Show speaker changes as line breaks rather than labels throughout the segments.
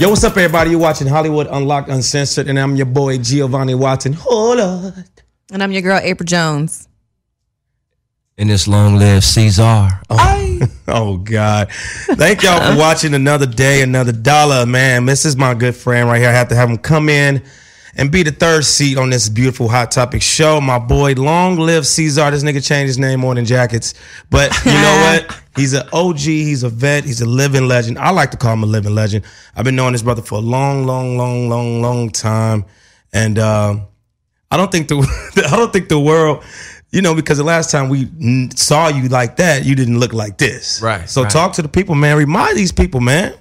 Yo, what's up, everybody? You're watching Hollywood Unlocked Uncensored, and I'm your boy Giovanni Watson. Hold on.
And I'm your girl, April Jones.
And this long live Caesar.
Oh God! Thank y'all for watching another day, another dollar, man. This is my good friend right here. I have to have him come in and be the third seat on this beautiful hot topic show. My boy, long live Caesar. This nigga changed his name more than jackets, but you know what? He's an OG. He's a vet. He's a living legend. I like to call him a living legend. I've been knowing this brother for a long, long, long, long, long time, and. Uh, I don't think the I don't think the world, you know, because the last time we n- saw you like that, you didn't look like this.
Right,
So
right.
talk to the people, man. Remind these people, man.
Uh,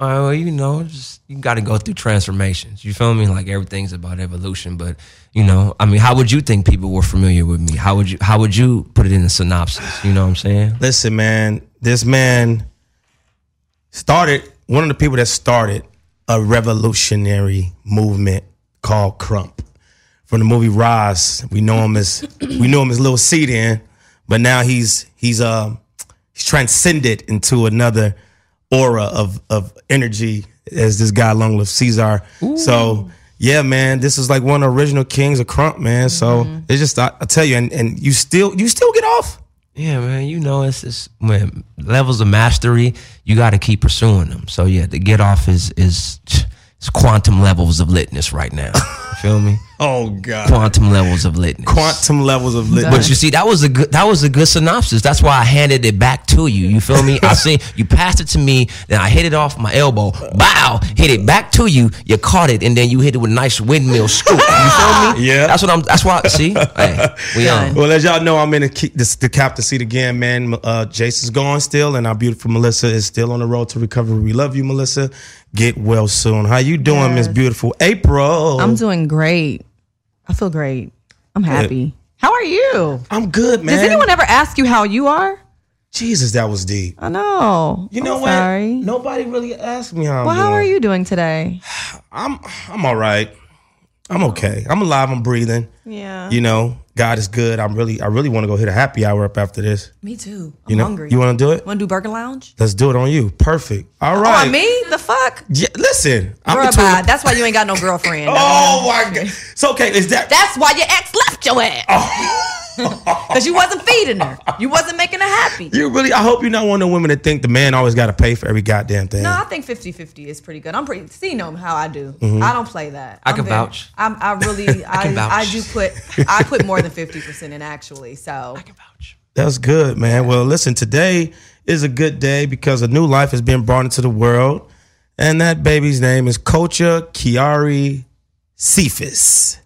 well, you know, just you got to go through transformations. You feel me? Like everything's about evolution, but you know, I mean, how would you think people were familiar with me? How would you How would you put it in a synopsis? You know what I'm saying?
Listen, man. This man started one of the people that started a revolutionary movement called Crump. From the movie Roz, we know him as we know him as Little C then, but now he's he's um he's transcended into another aura of of energy as this guy long live Caesar. So yeah, man, this is like one of the original kings of crump, man. So it's just I, I tell you, and, and you still you still get off.
Yeah, man. You know, it's just man, levels of mastery. You got to keep pursuing them. So yeah, the get off is is it's quantum levels of litness right now. You feel me?
Oh God.
Quantum levels of litness.
Quantum levels of lit.
But you see, that was a good that was a good synopsis. That's why I handed it back to you. You feel me? I seen you passed it to me, then I hit it off my elbow. Bow, hit it back to you. You caught it, and then you hit it with a nice windmill scoop. You feel me?
Yeah.
That's what I'm. That's why. See, hey, we on.
Well, as y'all know, I'm in the, ke- this, the captain seat again, man. Uh, Jason's gone still, and our beautiful Melissa is still on the road to recovery. We love you, Melissa. Get well soon. How you doing, Miss
Yes.
Beautiful April?
I'm doing great. I feel great. I'm happy. How are you?
I'm good, man.
Does anyone ever ask you how you are?
Jesus, that was deep.
I know.
You
I'm
know what?
Sorry.
Nobody really asked me how. I'm
well, how
doing.
are you doing today?
I'm I'm all right. I'm okay. I'm alive. I'm breathing.
Yeah.
You know, God is good. I'm really I really want to go hit a happy hour up after this.
Me too. I'm
You know,
hungry.
you want to do it?
want to do Burger Lounge?
Let's do it on you. Perfect. All
Oh,
right.
me? The fuck?
Yeah, listen, I'm
Girl,
a total-
bye. That's why you ain't got no girlfriend.
Oh my god. So okay, is that
That's why your ex left your ass. Because you wasn't feeding her. You wasn't making her happy.
you really I hope you're not one of the women that think the man always gotta pay for every goddamn thing.
No, I think 50 50 is pretty good. I'm pretty, see, know how I do. I don't play that.
I
I'm
can
very-
vouch.
I'm, I really, I, I,
can vouch.
do put, I put more than 50% in actually. So,
That's good, man. Well, listen, today is a good day because a new life has been brought into the world. And that baby's name is Kocha Kiari Cephas.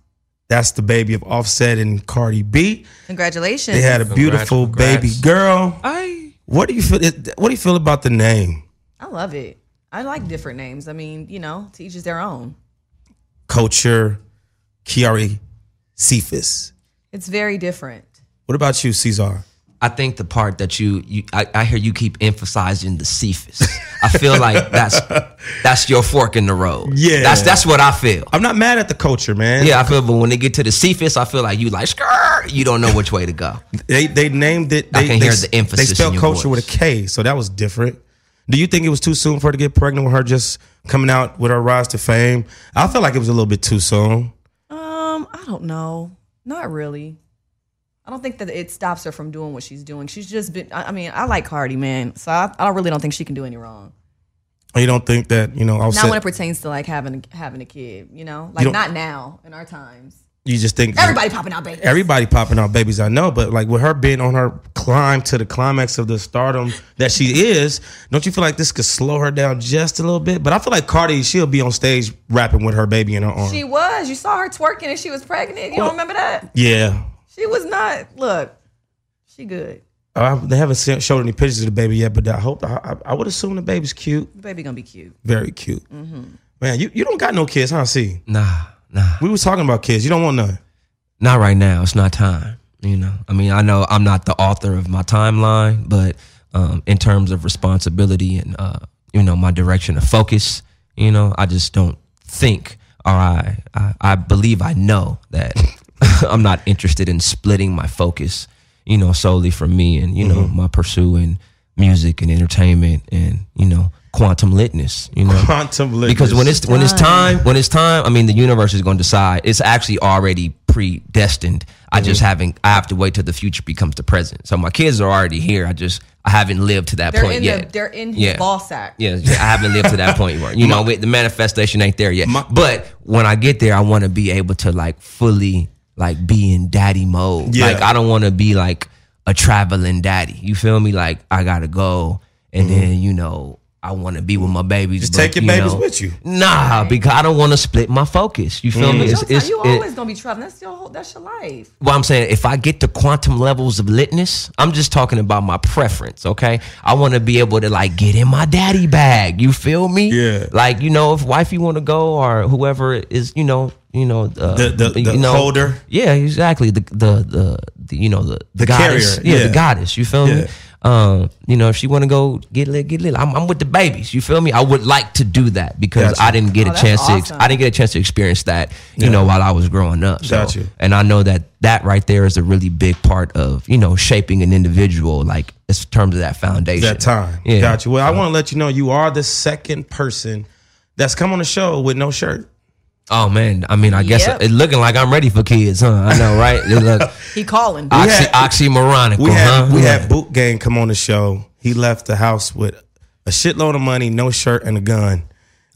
That's the baby of Offset and Cardi B.
congratulations.
They had a beautiful
Congrats,
baby
congrats.
girl.
I
What do you feel what do you feel about the name?
I love it. I like different names. I mean, you know, to each is their own.
Kocha Kiari Cephas.
It's very different.
What about you, Cesar?
I think the part that you you I, I hear you keep emphasizing the Cephas. I feel like that's that's your fork in the road.
Yeah.
that's that's what I feel.
I'm not mad at the culture, man.
Yeah, I feel. But when they get to the Cephas, I feel like you like "Skrrr," You don't know which way to go.
they they named it. They,
I can
they,
hear the emphasis
They spelled
in your
culture
voice.
with a K, so that was different. Do you think it was too soon for her to get pregnant with her just coming out with her rise to fame? I felt like it was a little bit too soon.
Um, I don't know. Not really. I don't think that it stops her from doing what she's doing. She's just been, I I mean, I like Cardi, man. So I, I really don't think she can do any wrong.
You don't think that you know?
Not when
Offset,
it pertains to like having having a kid, you know,
You
like
don't-
not now in our times.
you just think
Everybody popping out babies.
everybody popping out babies. I know, but like with her being on her climb to the climax of the stardom that she is, don't you feel like this could slow her down just a little bit? But I feel like Cardi, she'll be on stage rapping with her baby in her arm.
she was. You saw her twerking and she was pregnant. You don't remember that?
yeah,
She was not. Look, she good.
I, they haven't se- showed any pictures of the baby yet, but I hope I, I, I would assume the baby's cute,
The baby gonna be cute.
very cute. Man, you, you don't got no kids, huh? See,
Nah, nah,
we was talking about kids. You don't want none.
not right now. It's not time. You know, I mean, I know I'm not the author of my timeline, but um, in terms of responsibility and uh, you know my direction of focus, you know, I just don't think or I I, I believe I know that I'm not interested in splitting my focus, you know, solely from me and you know my pursuing music and entertainment and you know quantum litness. You know,
Quantum litness.
because when it's when it's time when it's time i mean the universe is going to decide it's actually already predestined i just haven't i have to wait till the future becomes the present so my kids are already here i just i haven't lived to that
They're
point
in
yet
the they're in his
Yeah.
ball sack.
yeah, yeah, I haven't lived to that point where you know with the manifestation ain't there yet. but when I get there, I want to be able to like fully like be in daddy mode.
Yeah.
Like I don't want to be like a traveling daddy. You feel me? Like I gotta go, and then you know I want to be with my babies. Just
Mm-hmm. take your babies with you. Mm.
Nah, because I don't want to split my focus. You feel me? It's-
Sometimes
it's-
you
it-
always gonna be traveling. That's your whole, that's your life.
well, I'm saying if I get to quantum levels of litness, I'm just talking about my preference, okay? I want to be able to like get in my daddy bag. You feel me?
Yeah.
Like you know, if wifey want to go or whoever is, you know, you know, uh,
The- the-
you
the holder.
Yeah, exactly. The the the, the you know the the, goddess.
carrier,
Yeah,
yeah.
the goddess. You feel
Yeah.
me? Um, you know, if she want to go get lit, get lit. I'm, I'm with the babies. You feel me? I would like to do that because
Gotcha.
I didn't get
Oh,
a
that's
chance to. Ex-
awesome.
I didn't get a chance to experience that. You know, while I was growing up. So,
Got you.
and I know that that right there is a really big part of you know shaping an individual, like in terms of that foundation.
that time.
Yeah.
Got you. Well, I want to let you know you are the second person that's come on the show with no shirt.
Oh man, I mean, I guess
Yep.
it looking like I'm ready for kids, huh? I know, right? It look
He calling.
oxy,
had-
oxymoronical,
We had
huh?
we
Yeah.
had Boot Gang come on the show. He left the house with a shitload of money, no shirt, and a gun,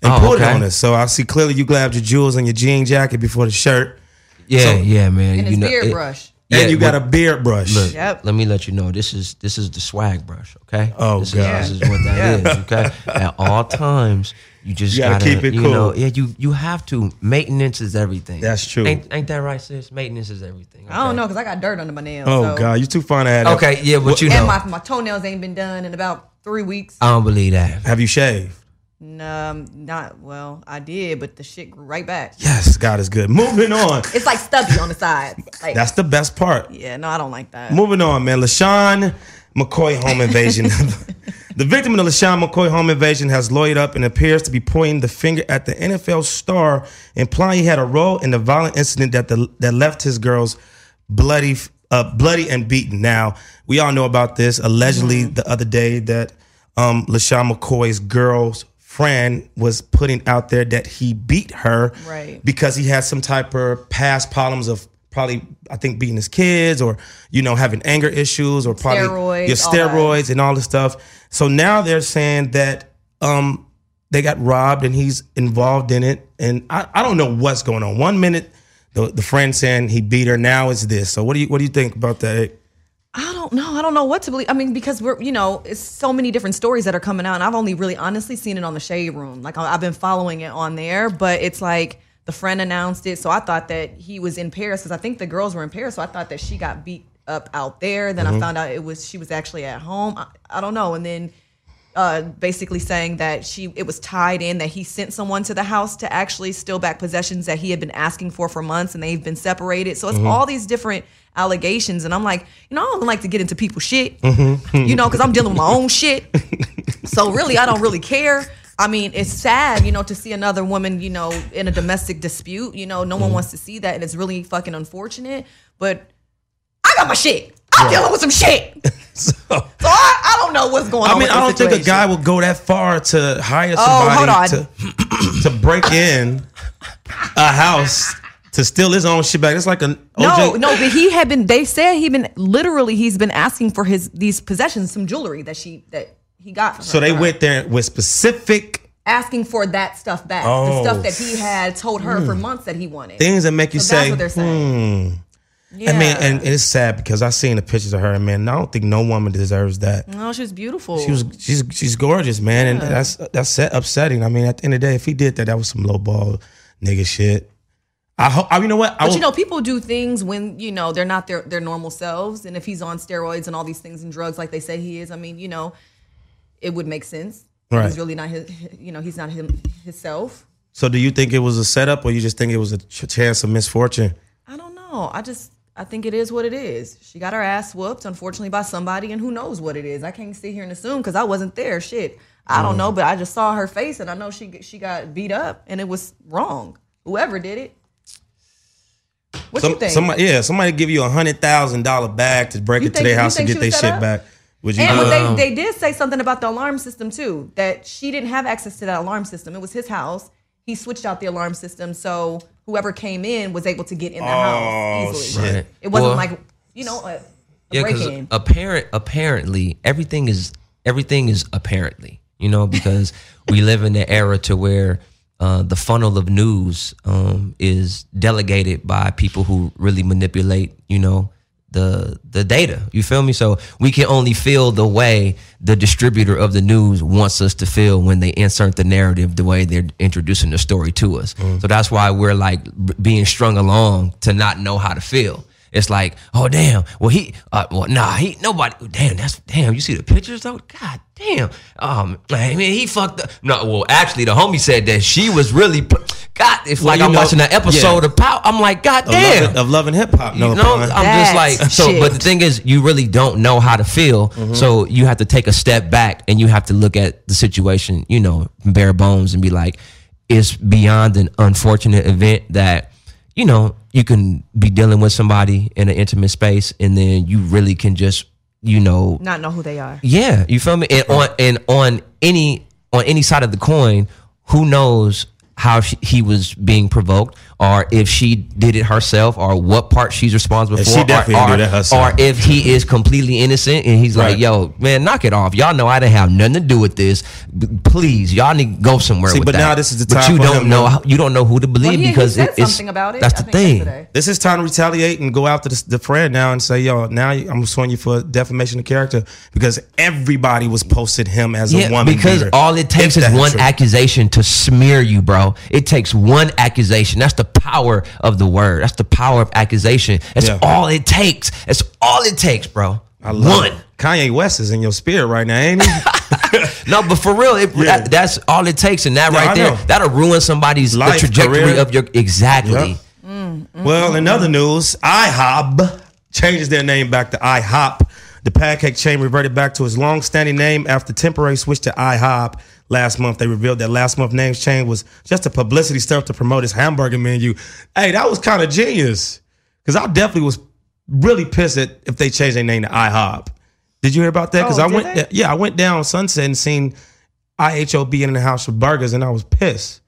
and
Oh,
pulled it
okay.
on us. So I see clearly you grabbed your jewels and your jean jacket before the shirt,
yeah,
so-
yeah, man.
and
you
his
know,
beard
it-
brush.
Yeah,
and you got
what-
a beard brush.
Look,
Yep.
let me let you know. This is this is the swag brush, okay?
Oh,
this
God.
Is, this is what that is, okay? At all times, you just
You gotta
gotta,
keep it
you
cool.
Know, yeah, you you have to. Maintenance is everything.
That's true.
Ain't, ain't that right, sis? Maintenance is everything.
I don't
okay?
know because I got dirt under my nails.
oh
so-
God, you too fine to have that.
Okay, yeah, but you know,
And my, my toenails ain't been done in about three weeks.
I don't believe that.
Have you shaved?
Um, not well. I did, but the shit grew right back.
Yes, God is good. Moving on.
It's like stubby on the side. Like
That's the best part.
yeah, no, I don't like that.
Moving on, man. LaShawn McCoy home invasion. the victim of the LaShawn McCoy home invasion has lawyered up and appears to be pointing the finger at the NFL star, implying he had a role in the violent incident that the, that left his girls bloody, uh, bloody and beaten. Now we all know about this. Allegedly, the other day that um, LaShawn McCoy's girl's friend was putting out there that he beat her
Right.
because he had some type of past problems of probably I think beating his kids or you know having anger issues or probably
Steroids,
yeah,
all that.
steroids and all this stuff. So now they're saying that um they got robbed and he's involved in it and I, I don't know what's going on. One minute the, the friend saying he beat her, now it's this. So what do you what do you think about that?
I don't know. I don't know what to believe. I mean, because we're you know, it's so many different stories that are coming out, and I've only really honestly seen it on the Shade Room. Like I- I've been following it on there, but it's like the friend announced it, so I thought that he was in Paris because I think the girls were in Paris, so I thought that she got beat up out there. Then I found out it was she was actually at home. I, I don't know, and then. Uh, basically saying that she it was tied in that he sent someone to the house to actually steal back possessions that he had been asking for for months and they've been separated so
Mm-hmm.
it's all these different allegations and i'm like you know i don't like to get into people's shit
Mm-hmm.
you know because i'm dealing with my own shit so really i don't really care i mean it's sad you know to see another woman you know in a domestic dispute you know no
Mm-hmm.
one wants to see that and it's really fucking unfortunate but i got my shit i'm dealing with some shit
So
so I, I don't know what's going on
I mean
with
I don't
this
think a
situation.
guy
Oh,
would go that far to hire
hold on.
somebody to to break in a house to steal his own shit back. It's like an
No,
OJ
no, but he had been. They said he been literally. He's been asking for his these possessions, some jewelry that she that he got. From
So
her,
they went there with specific
asking for that stuff back,
Oh. Hmm.
the stuff that he had told her for months that he wanted.
things that make you
so
say, hmm.
that's what they're saying. Yeah.
I mean, and, and it's sad because I seen the pictures of her, and man, I don't think no woman deserves that.
no, she was beautiful.
She was, she's, she's gorgeous, man, and that's that's set- upsetting. I mean, at the end of the day, if he did that, that was some low ball nigga shit. I hope. I, you know what? I
But you
would-
know, people do things when you know they're not their their normal selves, and if he's on steroids and all these things and drugs like they say he is, I mean, you know, it would make sense.
Right.
He's really not his. You know, he's not him himself.
so do you think it was a setup, or you just think it was a ch- chance of misfortune?
I don't know. I just I think it is what it is. She got her ass whooped, unfortunately, by somebody, and who knows what it is. I can't sit here and assume because I wasn't there. Shit, I don't know, but I just saw her face, and I know she she got beat up, and it was wrong. Whoever did it. What
Some,
you think?
Somebody, yeah, somebody give you a hundred thousand dollar bag to break
You
into
think-
their
you
house and
think
get
she
their
was
shit
set up?
back. Would you?
And
do it?
but they, they did say something about the alarm system too, that she didn't have access to that alarm system. It was his house. He switched out the alarm system, so whoever came in was able to get in the
Oh,
house easily.
shit.
Right.
It wasn't
Well-
like you know a, a
Yeah,
break
because
in.
apparent apparently everything is everything is apparently you know because we live in an era to where uh, the funnel of news um, is delegated by people who really manipulate you know the the data you feel me so we can only feel the way the distributor of the news wants us to feel when they insert the narrative the way they're introducing the story to us so that's why we're like b- being strung along to not know how to feel it's like, oh damn. Well, he, uh, well, nah, he, nobody. Damn, that's damn. You see the pictures though? God damn. Um, I mean, he fucked up. No, well, actually, the homie said that she was really. p- God, it's like
you
I'm
know-
watching an episode of Pow. I'm like, God
Of
damn.
loving- of loving hip hop. No,
You know,
pun.
I'm
That's
just like so. But the
shit.
thing is, you really don't know how to feel, so you have to take a step back and you have to look at the situation, you know, bare bones, and be like, it's beyond an unfortunate event that you know you can be dealing with somebody in an intimate space, and then you really can just, you know,
Not know who they are.
yeah, you feel me? And on and on any on any side of the coin, who knows how she, he was being provoked, or if she did it herself, or what part she's responsible
And
for,
she definitely
or,
didn't
or,
do that herself.
or if he is completely innocent and he's
Right.
like, "Yo, man, knock it off. Y'all know I didn't have nothing to do with this. B- Please, y'all need to go somewhere."
See,
with
but
that.
now this is the
But
time
you
for
don't
him
know
to-
how, you don't know who to believe
Well, he, he
because
said
it- it's
something about it.
That's
I
the
think
thing.
yesterday.
This is time to retaliate and go after the, the friend now and say, yo, now you- I'm suing you for defamation of character because everybody was posted him as a woman.
because
beater.
all it takes
If
is
that's
one
true.
accusation to smear you, bro. It takes one accusation. That's the power of the word. That's the power of accusation. That's
Yeah.
all it takes. That's all it takes, bro.
I love
one.
it. Kanye West is in your spirit right now, ain't he?
No, but for real, it,
Yeah.
that, that's all it takes, and that
Yeah, I
right there,
know.
that'll ruin somebody's the
Life,
trajectory
career.
of your
Yep.
exactly.
Well, in other news, IHOP changes their name back to IHOP. The pancake chain reverted back to its long-standing name after temporary switch to IHOP last month. They revealed that last month name's change was just a publicity stuff to promote its hamburger menu. Hey, that was kind of genius because I definitely was really pissed at if they changed their name to IHOP. Did you hear about that? Because
Oh,
I
did
went,
they?
yeah, I went down Sunset and seen IHOB in the house with burgers, and I was pissed.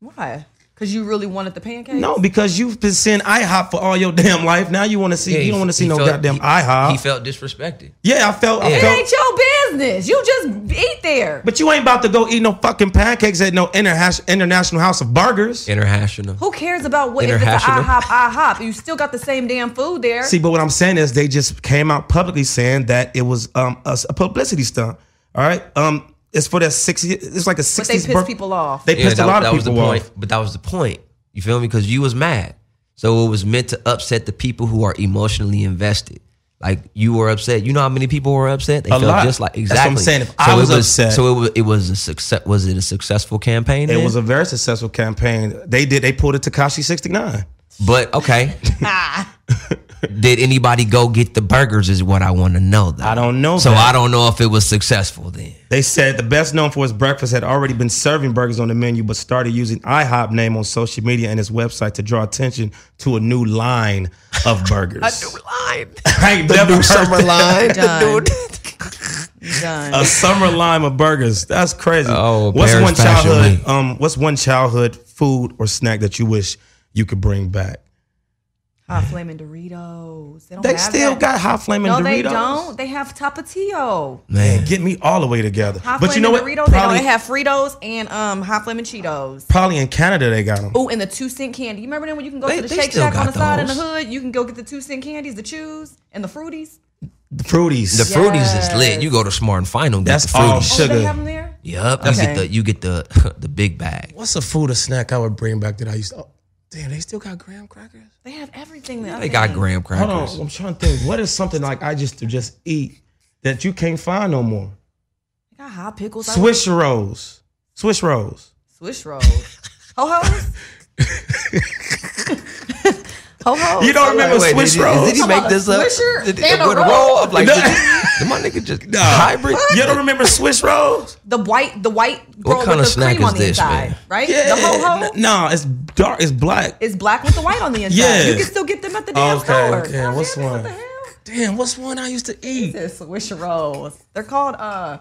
Why? Because you really wanted the pancakes.
No, because you've been seeing IHOP for all your damn life. Now you want to see you don't want to see no goddamn IHOP.
He felt disrespected.
yeah, I felt. I
Yeah.
it
felt
ain't your business. You just eat there.
but you ain't about to go eat no fucking pancakes at no interha- international house of burgers.
International.
Who cares about what if it's an
International.
IHOP? IHOP. You still got the same damn food there.
See, but what I'm saying is they just came out publicly saying that it was um a, s- a publicity stunt. All right, um, it's for their sixty. It's like a
but they
sixty.
piss people off.
They pissed
that,
a lot
that
of
was the
people
point.
off.
But that was the point. You feel me? Because you was mad. So it was meant to upset the people who are emotionally invested. Like you were upset. You know how many people were upset? They
A lot.
just like
That's what I'm
exactly.
saying. If I
it
was upset-
so it was, it was a success. Was it a successful campaign?
It was a very successful campaign. They did. They pulled a Takashi sixty nine.
But okay, did anybody go get the burgers? Is what I want to know. Though.
I don't know
So
that.
I don't know if it was successful then.
They said the best known for his breakfast had already been serving burgers on the menu, but started using IHOP name on social media and his website to draw attention to a new line of burgers.
Line.
I ain't never heard that.
Done. Done.
A summer line of burgers. That's crazy.
Oh,
what's
Paris
one
Fashion
childhood?
Week.
Um, what's one childhood food or snack that you wish you could bring back?
Hot flaming Doritos. They, don't
They
have
still
that.
got hot flaming
No,
Doritos.
they don't. They have Tapatio.
Man,
Get me all the way together.
Hot
but
flaming
you know what?
Doritos. They, don't.
probably,
they have Fritos and um hot flaming Cheetos.
probably in Canada they got them.
Oh, and the two cent candy. You remember then when you can go
They-
to the
they
Shake
still
Shack on the
got
side in the
those.
hood? You can go get the two cent candies, the chews, and the fruities.
The Fruities.
the fruities is lit.
Yes.
You go to Smart and Final. Get
That's
the
all
fruities.
Oh, do
Sugar.
they have them there?
Yup. You
Okay.
get the you get the the big bag.
What's a food or snack I would bring back that I used to? Oh, damn, they still got graham crackers.
They have everything there. I
They got
think.
graham
Hold on,
crackers.
I'm trying to think. What is something like I just to just eat that you can't find no more?
They got hot pickles. I
Swish rolls, Swish rolls.
Swish rolls. Ho ho's. Ho ho's.
You don't remember
Wait,
Swish
did, he-
rolls?
Did he
Come
make
on,
this up?
Swisher
Did,
and a
with
roll.
I'm like,
No.
did, did my nigga just hybrid?
You don't remember Swish rolls?
The white, the white
What
roll
kind
with
of
the
snack
cream
is
on the
this,
inside,
man?
right? The ho ho
N- No, it's dark. It's black.
is black with the white on the inside.
Yeah.
You can still get them at the damn
Okay,
store.
okay,
God
what's
damn it,
one?
What the hell?
damn, what's one I used to eat?
It's Swish rolls. They're called uh.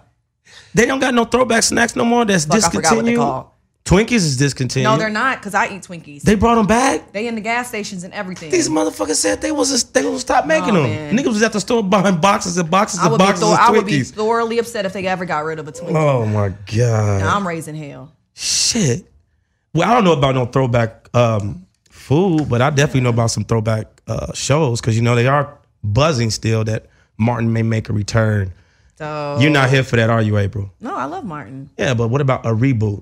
They don't got no throwback snacks no more. That's
Fuck, I forgot what they
discontinued.
called.
Twinkies is discontinued.
No, they're not because I eat Twinkies. They,
They brought them back.
in the gas stations and everything.
These motherfuckers said they was they was stop making
No,
them.
man.
Niggas was at the store buying boxes and boxes
I
and
would, be
boxes
thor-
of
I would be
Twinkies.
thoroughly upset if they ever got rid of a Twinkie.
Oh my god.
Now I'm raising hell.
Shit. Well, I don't know about no throwback um, food, but I definitely know about some throwback uh, shows because you know they are buzzing still. That Martin may make a return.
So
You're not here for that, are you, April?
no, I love Martin.
Yeah, but what about a reboot? Oh,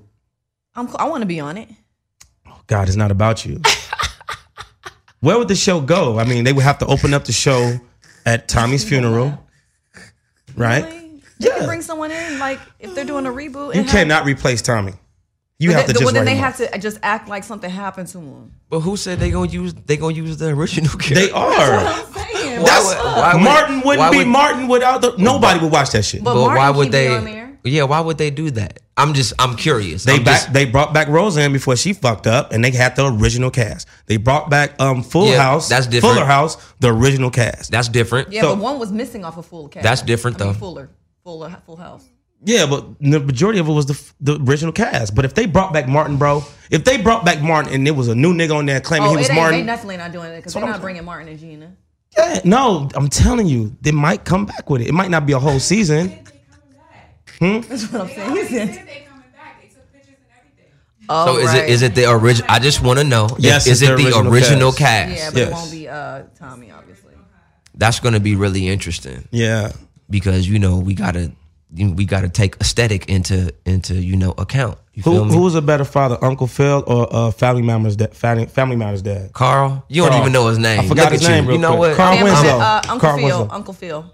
I'm cool. I want to be on it.
God, it's not about you. Where would the show go? I mean, they would have to open up the show at Tommy's funeral, right?
Really? You
Yeah.
can bring someone in like if they're doing a reboot.
You
and have-
cannot replace Tommy. You
But
have to
they-
just.
Uh-huh. well,
write
then they
him
have
off.
to uh, just act like something happened to him.
But who said they gonna use they gonna use the original character?
They are.
I'm saying.
Why
That's
would- why would-
Martin wouldn't
why
be
would-
Martin without the nobody would watch that shit.
But-
But
Martin
why
keep
would
it
they?
on there.
Yeah, why would they do that? I'm just I'm curious.
they
I'm
back
just-
they brought back Roseanne before she fucked up, and they had the original cast. They brought back um Full
Yeah,
House,
that's different.
Fuller House, the original cast.
that's different.
yeah,
So-
but one was missing off of Full Cat.
That's different,
I mean,
though.
Fuller, Fuller, Full House.
Yeah, but the majority of it was the the original cast. But if they brought back Martin, bro, if they brought back Martin and there was a new nigga on there claiming
Oh,
he
it
was
ain't, they
Martin,
definitely not doing it because they're
what I'm
not
saying.
bringing Martin and Gina.
yeah, no, I'm telling you, they might come back with it. It might not be a whole season.
That's what I'm saying.
They
He said-
said they coming back. They took pictures and everything.
Oh,
So is it
right.
is it the original? I just want to know. if-
Yes, it's
is it
the
the original,
original
cast?
Yeah, but
Yes.
it won't be uh, Tommy, obviously.
That's gonna be really interesting
Yeah,
because you know we gotta we gotta take aesthetic into into you know account. You
who
feel me?
who was a better father, Uncle Phil or uh, Family Matters? Dad, Family, family Matters dad.
Carl? You don't
Carl.
even know his name.
I forgot
Look
his
at you.
name real
you know
quick.
what?
Carl
Family-
Winslow.
Uh, Uncle
Carl
Phil.
Winslow.
Uncle Phil.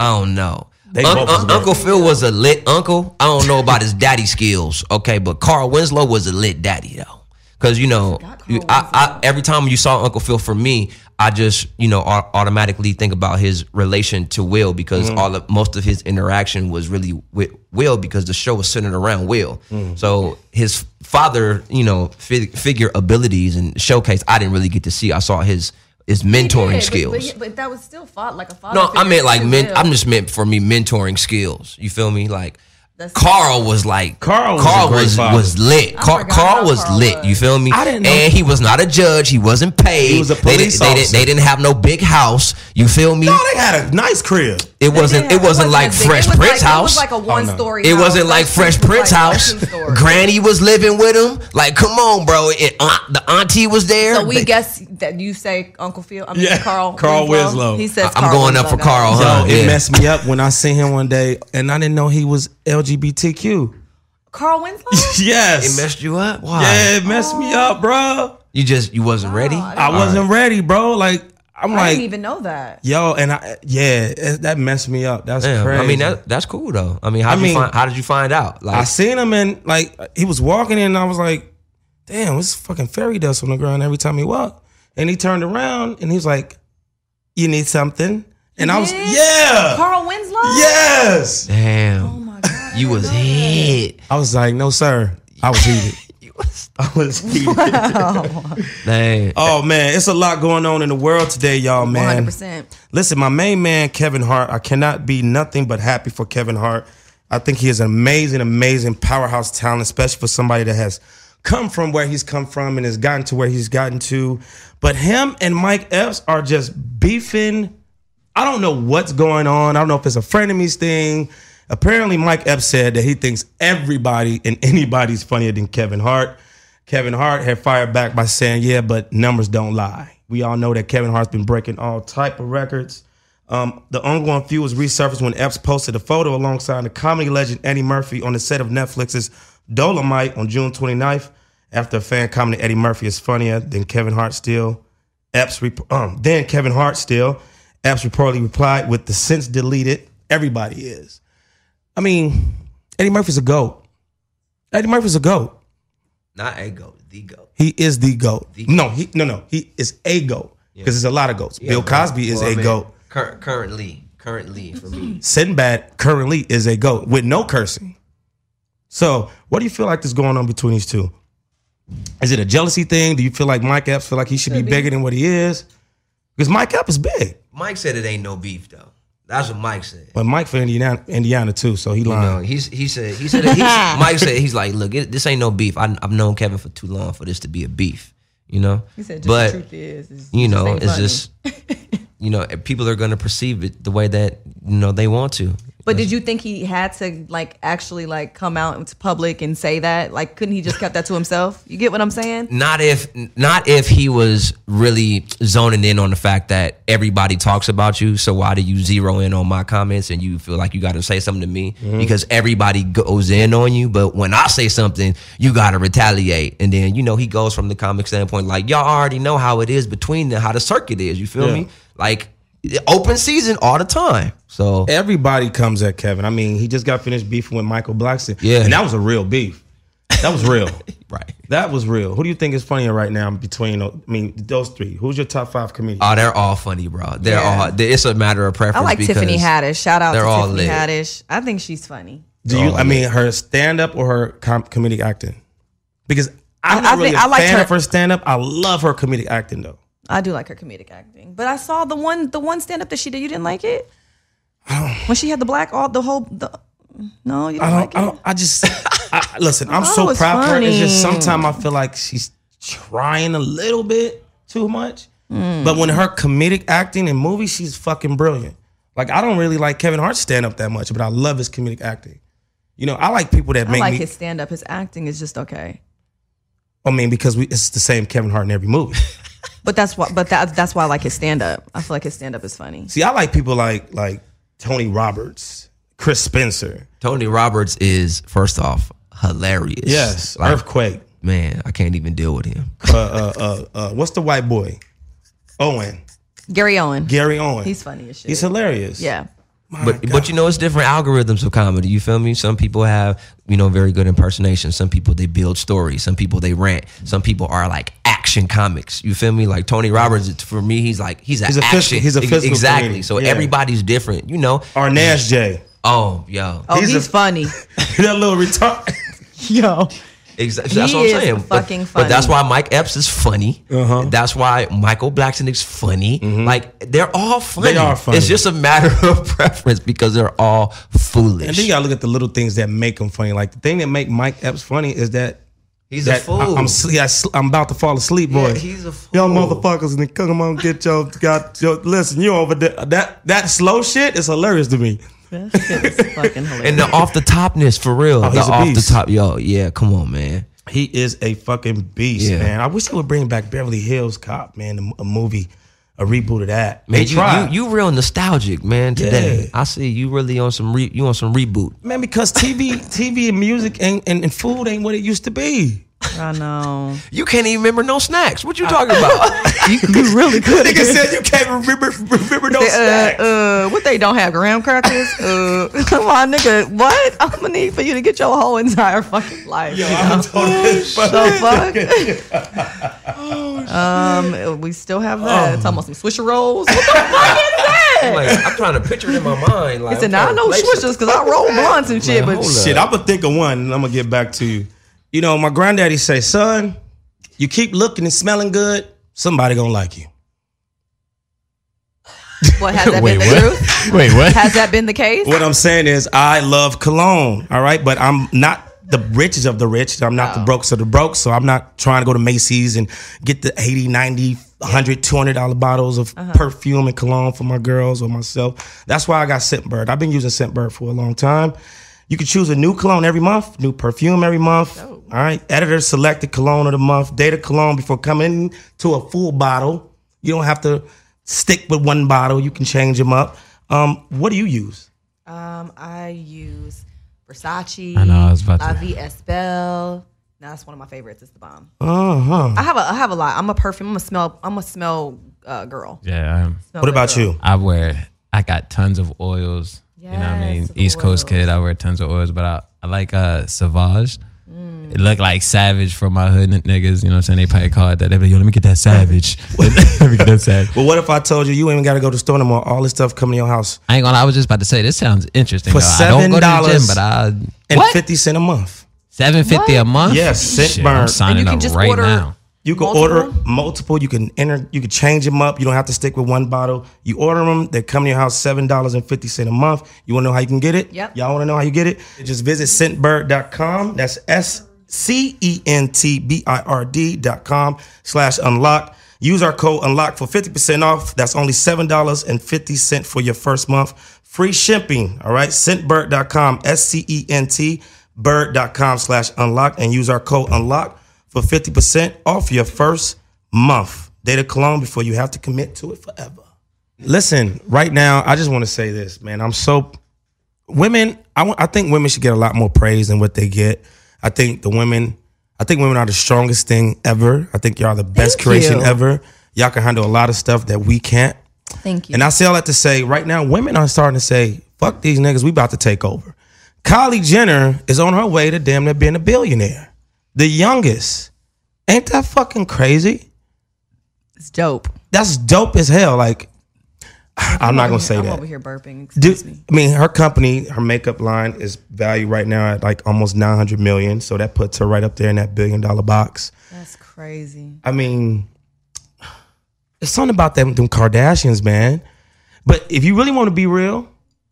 I don't know.
They
Unc-
both was
Unc-
great.
uncle Phil was a lit uncle. I don't know about his daddy skills, okay, but Carl Winslow was a lit daddy though, because you know,
forgot
you,
Carl
I, I, every time you saw Uncle Phil for me, I just you know au- automatically think about his relation to Will because
Mm.
all of, most of his interaction was really with Will because the show was centered around Will.
Mm.
So his father, you know, fig, figure abilities and showcase, I didn't really get to see. I saw his his mentoring
Yeah, but-
skills.
But, but that was still fought like a father.
No, I
figure
meant like
to
men.
Bill.
I'm just meant for me mentoring skills. You feel me? Like
That's-
Carl was like
Carl was a great
was,
father.
was lit. Car-
forgot
Carl
how
was
Carl
lit.
was.
You feel me?
I didn't know-
And he was not a judge. He wasn't paid.
He was a police
they, didn't- they, didn't-
officer.
they didn't have no big house. You feel me?
No, they had a nice crib.
it wasn't.
Yeah,
It wasn't like
a big-
Fresh
it was
Prince
like-
house.
It was like a one story.
It wasn't like Fresh Prince house. Granny was living with him. Like, come on, bro. And aunt, the auntie was there.
So we
They-
guess that you say Uncle Phil. I mean
Yeah,
Carl.
Carl Winslow.
He says
I'm
Carl
going up
Winslow,
for
guys.
Carl,
Yo,
huh?
it
Uh-huh, Yeah.
messed me up when I seen him one day, and I didn't know he was LGBTQ.
Carl Winslow.
yes,
It messed you up. Why?
yeah, it messed me up, bro.
You just you wasn't ready.
I wasn't ready, bro. Like I'm
I
like,
didn't even know that.
yo, and I yeah, it, that messed me up. That's
Damn,
crazy.
I mean that that's cool though. I mean, how did
mean-
you find, how did you find out? Like,
I seen him and like he was walking in, and I was like, damn, this fucking fairy dust on the ground every time he walked. And he turned around and he was like, you need something, and I was
Yes.
yeah,
Carl Winslow.
yes.
damn,
Oh my god.
you was hit.
I was like, no, sir. I was heated.
You was
I was heated.
dang.
Oh man, it's a lot going on in the world today, y'all,
One hundred
man.
percent.
Listen, my main man, Kevin Hart, I cannot be nothing but happy for Kevin Hart. I think he is an amazing, amazing powerhouse talent, especially for somebody that has come from where he's come from and has gotten to where he's gotten to. But him and Mike Epps are just beefing. I don't know what's going on. I don't know if it's a frenemies thing. Apparently, Mike Epps said that he thinks everybody and anybody's funnier than Kevin Hart. Kevin Hart had fired back by saying, "Yeah, but numbers don't lie. We all know that Kevin Hart's been breaking all type of records." Um, the ongoing feud was resurfaced when Epps posted a photo alongside the comedy legend Eddie Murphy on the set of Netflix's Dolomite on June 29th. After a fan commented, Eddie Murphy is funnier than Kevin Hart still. Epps rep- um, then Kevin Hart still. Epps reportedly replied with the since deleted, everybody is. I mean, Eddie Murphy's a GOAT. Eddie Murphy's a GOAT.
Not a goat, the goat.
He is the GOAT. No, he no no, he is a GOAT. Because there's a lot of goats. Bill Cosby is a goat.
Cur- currently, currently for me.
Sinbad currently is a goat with no cursing. So, what do you feel like is going on between these two? Is it a jealousy thing? Do you feel like Mike Epps feel like he should be, bigger than what he is? Because Mike Up is big.
Mike said it ain't no beef though. That's what Mike said.
But Mike for Indiana, Indiana too, so he
You
lying.
know, he's, he said he said he, Mike said he's like, look, it, this ain't no beef. I, I've known Kevin for too long for this to be a beef. You know,
He said, just
but
the truth is, is
you know,
ain't
it's
funny.
just you know people are gonna perceive it the way that you know they want to.
But did you think he had to like actually like come out into public and say that? Like, couldn't he just kept that to himself? You get what I'm saying?
not if not if he was really zoning in on the fact that everybody talks about you so why do you zero in on my comments and you feel like you got to say something to me because everybody goes in on you but when i say something you got to retaliate and then you know he goes from the comic standpoint like y'all already know how it is between them how the circuit is you feel
Yeah.
me like open season all the time so
Everybody comes at Kevin. I mean, he just got finished beefing with Michael Blackson.
Yeah.
And that was a real beef. That was real.
right
that was real. Who do you think is funnier right now between, uh, I mean, those three? Who's your top five comedian?
oh they're all funny bro they're
Yeah.
all it's a matter of preference
I like
because
Tiffany Haddish. Shout out to
they're all
Tiffany
lit.
Haddish. I think she's funny.
do you,
Oh,
I mean, her stand up or her com- comedic acting? Because
I-
I'm not
I
really
think-
a
I liked
fan
her-
of her stand up. I love her comedic acting, though.
I do like her comedic acting. But I saw the one the one stand up that she did. You didn't like it? When she had the black all the whole the no, you
I
didn't like
don't,
it.
I don't, I just, I, listen, I'm
thought it
so
was
proud of her. It's just
funny.
sometimes I feel like she's trying a little bit too much. But when her comedic acting in movies, she's fucking brilliant. Like, I don't really like Kevin Hart's stand up that much, but I love his comedic acting. You know, I like people that
I
make
like
me,
his stand up. His acting is just okay.
I mean, because we, it's the same Kevin Hart in every movie.
But that's why but that, that's why I like his stand up. I feel like his stand up is funny.
See, I like people like, like Tony Roberts, Chris Spencer.
Tony Roberts is first off hilarious.
Yes.
like,
Earthquake.
man, I can't even deal with him.
Uh, uh, uh, uh, what's the white boy? Owen.
Gary Owen.
Gary Owen.
He's funny as shit.
He's hilarious.
yeah.
but but you know, it's different algorithms of comedy. You feel me? Some people have you know very good impersonation. Some people they build stories. Some people they rant. Some people are like action comics. You feel me? Like Tony Roberts it's- for me, he's like he's an
He's a
action.
physical- he's a
Ex-
physical
exactly.
comedian.
So
Yeah.
everybody's different. You know?
Arnaz J.
Oh yo,
Oh,
He's
he's,
a-
funny.
that little retard.
Yo.
Exactly. That's
He
what I'm
is
saying. But-
fucking
but, that's
funny.
why Mike Epps is funny.
Uh-huh.
That's why Michael Blackson is funny. Like they're all funny.
Mm-hmm. They are funny.
It's just a matter of preference because they're all foolish.
And then you gotta look at the little things that make him funny. Like the thing that make Mike Epps funny is that
He's
that
a fool.
I, am about to fall asleep, boy.
he's a fool.
Y'all motherfuckers and come on get your got your listen. You over there? That that slow shit is hilarious to me.
That shit is fucking hilarious.
and the off the topness for real. the
Oh, he's a
off
beast.
the top, yo, yeah. Come on, man.
He is a fucking beast,
Yeah.
man. I wish they would bring back Beverly Hills Cop, man, a m- a, movie, a reboot of that.
Man,
They
you, you
tried.
you real nostalgic, man. Today,
Yeah.
I see you really on some re, you on some reboot.
man, because TV, TV and music ain't, and, and food ain't what it used to be.
I know.
You can't even remember no snacks. What you talking about?
You, you really could.
Nigga said you can't remember remember no snacks.
Uh, uh, what they don't have graham crackers? Uh, my nigga, what? I'm gonna need for you to get your whole entire fucking life. you know?
I'm totally
the
Oh,
fuck? um, we still have that. It's almost some Swisher rolls. What the fuck is that?
like, I'm trying to picture it in my mind. Like,
I said, now I know Swishers because I roll blunts and shit,
Man,
but
hold up.
Oh, Shit, I'm gonna think of one, and I'm gonna get back to you. You know, my granddaddy say, "Son, you keep looking and smelling good, somebody gonna like you."
what has that
Wait,
been the
what?
truth?
Wait, what?
Has that been the case?
What I'm saying is, I love cologne, all right, but I'm not the richest of the rich. I'm not the brokes of the broke, so I'm not trying to go to Macy's and get the 80, 90, 100, 200 dollar bottles of perfume and cologne for my girls or myself. That's why I got Scentbird. I've been using Scentbird for a long time. You can choose a new cologne every month, new perfume every month. All right. Editor selected cologne of the month, date of cologne before coming to a full bottle. You don't have to stick with one bottle. You can change them up. Um, what do you use?
Um, I use Versace.
I know, I was about to-
Ivy Espel. Now that's one of my favorites. It's the bomb.
Uh-huh.
I have a I have a lot. I'm a perfume. I'm a smell. I'm a smell uh, girl.
Yeah, I'm,
Smell
What
good
about
girl.
you?
I wear. I got tons of oils. you know what I mean?
Yes,
East
oils.
Coast kid, I wear tons of oils, but I, I like uh Savage.
Mm.
It look like savage for my hood n- niggas. You know what I'm saying? They probably call it that. They be like, yo, let me get that savage. let me get that savage.
Well, what if I told you you ain't got to go to the store no more? All this stuff coming to your house
I ain't gonna. lie, I was just about to say this sounds interesting.
For
though. I don't go to the gym,
$7
but I
and
what
fifty cent a month.
seven fifty a month.
Yes, scent
Shit,
burn.
I'm
And
signing
you can
up
just
right
order-
now.
You can
Multiple?
order multiple. You can enter. You can change them up. You don't have to stick with one bottle. You order them. They come to your house seven dollars and fifty cent a month. You want to know how you can get it?
Yep.
Y'all want to know how you get it? Just visit scentbird.com. That's S C E N T B I R D.com slash unlock. Use our code unlock for fifty percent off. That's only seven dollars and fifty cent for your first month. Free shipping. All right. Scentbird.com. S C E N T bird.com slash unlock and use our code unlock for 50% off your first month. Data cologne before you have to commit to it forever. Listen, right now, I just want to say this, man. I'm so women. I want- I think women should get a lot more praise than what they get. I think the women. I think women are the strongest thing ever. I think y'all are the best
Thank
creation
you.
ever. Y'all can handle a lot of stuff that we can't.
Thank you.
And I say all that to say, right now, women are starting to say, "Fuck these niggas, we about to take over." Kylie Jenner is on her way to damn near being a billionaire, the youngest. Ain't that fucking crazy?
it's dope.
That's dope as hell. Like, I'm not gonna
over here-
say
I'm
that.
over here burping.
Do-
Excuse me.
I mean, her company, her makeup line is valued right now at like almost 900 million. So that puts her right up there in that billion dollar box.
That's crazy.
I mean, it's something about them, them Kardashians, man. But if you really want to be real,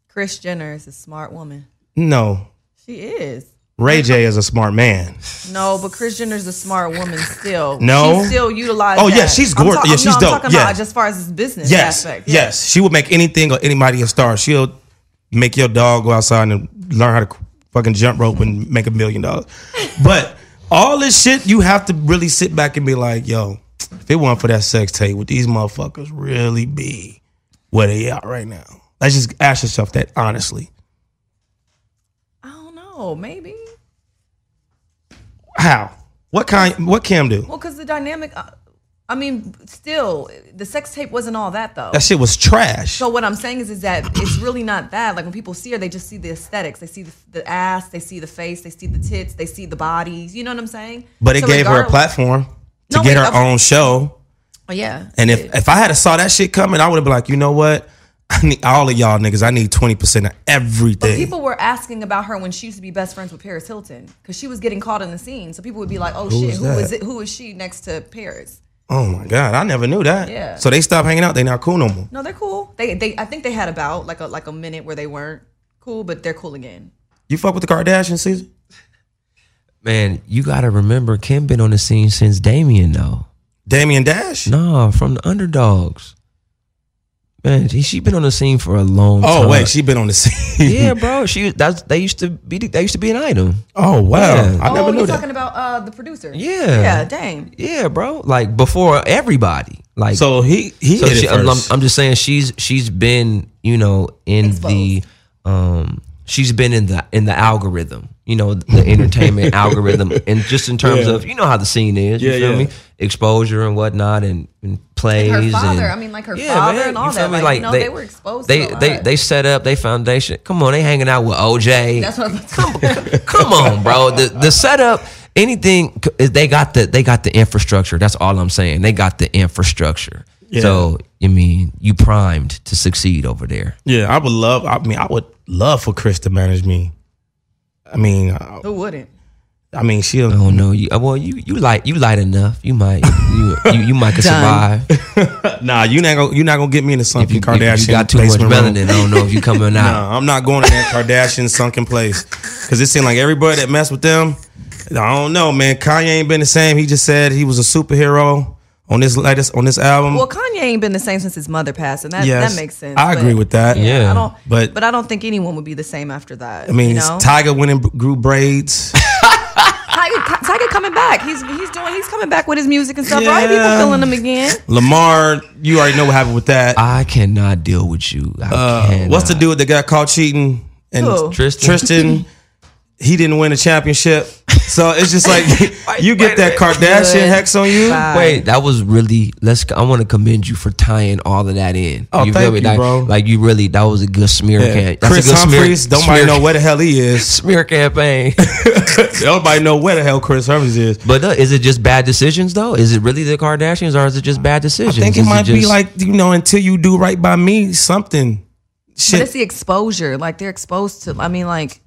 Chris Jenner is a smart woman.
no.
She is.
Ray J is a smart man.
No, but Chris Jenner's a smart woman still.
No.
She still utilized.
Oh, yeah,
that.
she's
I'm
gorgeous. Yeah,
I'm-
she's
I'm
dope.
talking
Yeah.
about as far as this business
Yes.
aspect. Yeah.
Yes. She will make anything or anybody a star. She'll make your dog go outside and learn how to fucking jump rope and make a million dollars. But all this shit, you have to really sit back and be like, yo, if it weren't for that sex tape, would these motherfuckers really be where they are right now? Let's just ask yourself that honestly.
I don't know. Maybe.
How? What kind? What Cam do?
Well, because the dynamic. Uh, I mean, still, the sex tape wasn't all that though.
That shit was trash.
So what I'm saying is, is that it's really not that. Like when people see her, they just see the aesthetics. They see the, the ass, they see the face, they see the tits, they see the bodies. You know what I'm saying?
But it
So
gave her a
regardless-
platform to
No,
get
wait,
her
okay.
own show.
Oh, yeah.
And if, if I had saw that shit coming, I would have been like, you know what? I need all of y'all niggas. I need twenty percent of
But
everything.
people were asking about her when she used to be best friends with Paris Hilton because she was getting caught in the scene. So people would be like, "Oh shit,
is
who is
that?
it? Who is she next to Paris?"
oh my god, I never knew that.
Yeah.
So they stopped hanging out. They not cool no more.
No, they're cool. They they I think they had about like a like a minute where they weren't cool, but they're cool again.
You fuck with the Kardashians, Caesar?
Man, you gotta remember Kim been on the scene since Damien though.
Damian Dash.
Nah, from the underdogs. Man, she, she been on the scene for a long time.
Oh wait, she been on the scene.
Yeah, bro. She that's they used to be they used to be an item.
Oh wow,
Yeah.
I never
oh,
knew
you're
that.
talking about uh the producer?
Yeah.
yeah. Dang,
Yeah, bro. Like before everybody. Like
so he he
so
hit
she-
it
I'm,
1st
I'm- I'm just saying she's she's been you know in the um she's been in the in the algorithm you know the entertainment algorithm and just in terms
Yeah.
of you know how the scene is
Yeah,
you feel
yeah.
me exposure and whatnot and, and plays
her father.
and-
I mean, like her father and all
you feel
that.
me?
Like, you know, they were exposed to
They
a
they
lot.
they set up they foundation. Come on, they hanging out with OJ.
that's what I'm talking about.
Come on, bro. The the setup, anything they got the they got the infrastructure. That's all I'm saying. They got the infrastructure. So I mean, you primed to succeed over there.
yeah, I would love. I mean, I would love for Chris to manage me. I mean, I,
Who wouldn't?
I mean, she.
I don't know. You, well, you you light you light enough. You might you you, you might can
Done.
survive. If
Nah, you not gonna you not gonna get me into something
you, you,
Kardashian.
you got too much
basement room.
melanin. I don't know if you coming out.
Nah, Uh-huh. I'm not going to that Kardashian sunken place. Cause it seemed like everybody that messed with them, I don't know, man. Kanye ain't been the same. He just said he was a superhero on this latest on this album.
Well, Kanye ain't been the same since his mother passed, and that
Yes.
that makes sense.
I agree with that.
Yeah.
I don't,
But-
but but I don't think anyone would be the same after that.
I mean,
you know?
Tiger went and grew braids.
Tiger, Tiger coming back. He's he's doing he's coming back with his music and stuff. Right? People
Yeah.
feeling him again.
Lamar, you already know what happened with that.
I cannot deal with you. I
Uh,
cannot.
what's the dude that got caught cheating and
Who?
Tristan?
Tristan, he didn't win a championship. So it's just like you get that Kardashian
Good.
hex on you.
Bye.
Wait, that was really. Let's. I want to commend you for tying all of that in.
Oh, thank you,
like,
bro.
Like you really. That was a good smear
Yeah.
campaign. That's a
Chris
good
Humphries,
smear,
don't nobody
smear-
know where the hell he is.
smear campaign.
Nobody know where the hell Chris Humphries is.
but uh, is it just bad decisions though? Is it really the Kardashians or is it just bad
I
decisions?
think it
Is
might be
just-
like you know, until you do right by me, something.
But it's
Shit,
the exposure. Like they're exposed to. I mean, like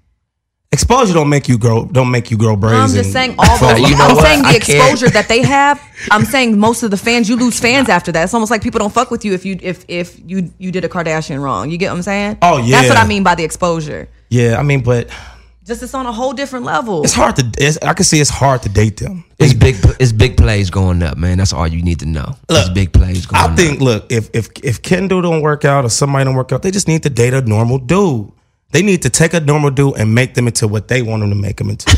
Exposure don't make you grow. Don't make you grow braids.
I'm just
and-
saying oh. all
Fuck,
the.
you know
I'm
what?
saying the
I can't.
exposure that they have. I'm saying most of the fans. You lose fans after that. It's almost like people don't fuck with you if you if if you you did a Kardashian wrong. You get what I'm saying?
Oh, yeah.
That's what I mean by the exposure.
Yeah, I mean, but
Just it's on a whole different level.
it's hard to. It's, I can see it's hard to date them.
It's big. It's big plays going up, man. That's all you need to know. it's
Look,
big plays going
I
up.
think. Look, if if if Kendall don't work out or somebody don't work out, they just need to date a normal dude. They need to take a normal dude and make them into what they want them to make them into.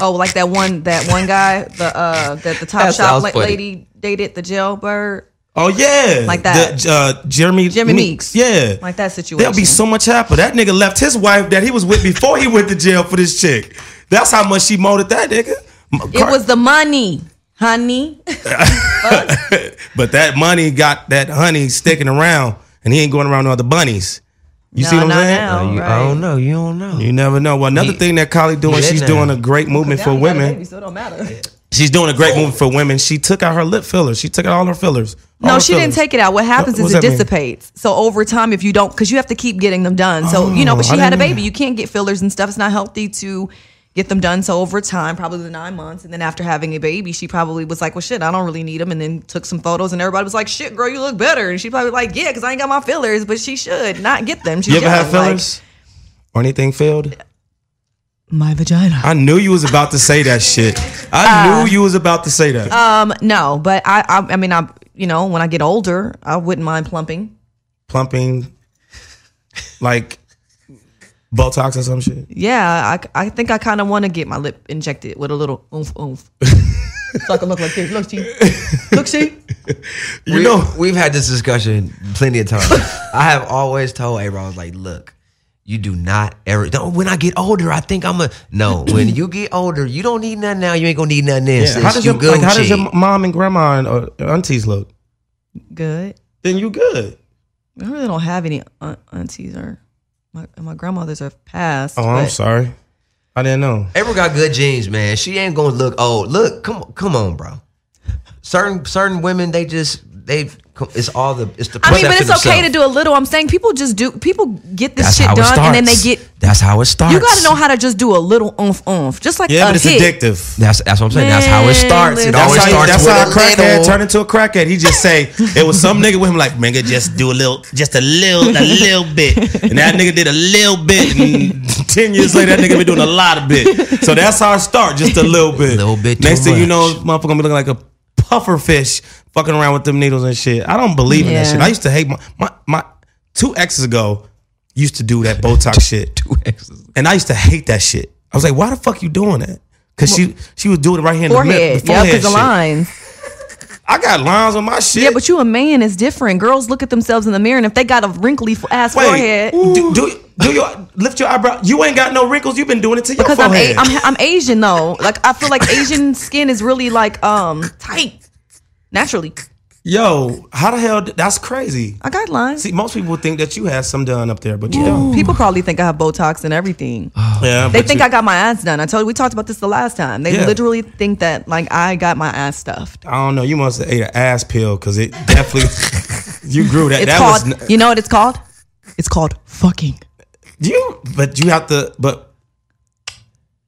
Oh, like that one that one guy the uh that the top
That
shop
sounds
la-
funny.
lady dated the jailbird
Oh yeah,
Like that.
The, uh, Jeremy
Jimmy Meeks.
Yeah,
Like that
There'll be
situation.
so much happier. That nigga left his wife that he was with before he went to jail for this chick. That's how much she molded that nigga.
It was the money, honey.
but that money got that honey sticking around, and he ain't going around no other bunnies. You see
No,
what I'm
not
saying?
now.
You- I
Right.
don't know. You don't know.
You never know. Well, another
He-
thing that Kylie doing,
he
she's
lit now.
doing a great movement for women.
so it don't matter.
She's doing a great movement for women. She took out her lip fillers. She took out all her fillers.
No, she didn't take it out. What happens
What-
is it
what's that mean?
dissipates. So over time, if you don't, because you have to keep getting them done. So you know, but
Oh,
she
I
had a
didn't know
baby. You can't get fillers and stuff. It's not healthy to get them done. So over time, probably the nine months, and then after having a baby, she probably was like, "Well, shit, I don't really need them." And then took some photos, and everybody was like, "Shit, girl, you look better." And she probably like, "Yeah, because I ain't got my fillers, but she should not get them." She's
You ever
young.
had
Like,
fillers or anything filled?
my vagina.
I knew you was about to say that shit.
Uh,
I knew you was about to say that.
Um, no, but I, I, I mean, I, you know, when I get older, I wouldn't mind plumping.
Plumping, like Botox or some shit.
Yeah, I, I think I kind of want to get my lip injected with a little oomph oomph. so I can look like this. Look, she. Look, she.
You
we,
know,
we've had this discussion plenty of times. I have always told A-Rod, I was like, look, you do not ever. Don't, when I get older, I think I'm a no. When you get older, you don't need nothing now. You ain't gonna need nothing then.
yeah,
Since
how does
you
your like, how does your
Gucci.
mom and grandma and uh, aunties look?
Good.
Then you good.
I really don't have any aunt- aunties or my, my grandmothers have passed.
Oh, I'm
but-
sorry. I didn't know.
April got good genes, man. She ain't gonna look old. Look, come on, come on, bro. Certain certain women, they just they've. It's all the it's the.
I mean, but
perception
it's okay
of
to
self.
do a little. I'm saying people just do. People get this
That's
shit
how it
done, and then they
starts.
get.
That's how it starts.
You got to know how to just do a little oomph oomph, just like
Yeah,
a
but it's
hit.
addictive.
That's that's what I'm saying. that's how it
Man,
starts.
listen.
It
That's
always
how, you-
starts
that's
with
how
a
a crackhead
little.
turned into a crackhead. He just say it was some nigga with him like, nigga, just do a little, just a little, a little bit. And that nigga did a little bit. And ten years later, that nigga been doing a lot of bit. So that's how it start, just a little bit.
Little bit too
Next thing you
much.
know, motherfucker gonna be looking like a puffer fish, fucking around with them needles and shit. I don't believe in that
Yeah.
shit. I used to hate my my, my two exes ago used to do that Botox shit. And I used to hate that shit. I was like, why the fuck you doing that? Cause she she was doing it right here in the middle.
Forehead,
the
yeah, because the
shit.
lines.
I got lines on my shit.
Yeah, but you a man is different. Girls look at themselves in the mirror, and if they got a wrinkly f- ass
wait,
forehead,
do, do do your lift your eyebrow. You ain't got no wrinkles. You've been doing it to your
because I'm, a-
forehead.
I'm I'm Asian though. Like I feel like Asian skin is really like um tight naturally.
Yo, how the hell? That's crazy.
I got lines.
See, most people think that you had some done up there, but you don't.
People probably think I have Botox and everything.
Yeah,
They think I got my ass done. I told we talked about this the last time. They
Yeah.
literally think that like I got my ass stuffed.
I don't know. You must have ate an ass pill because it definitely you grew that.
It's
that
called.
was n-
you know what it's called? It's called fucking.
you, but you have to. But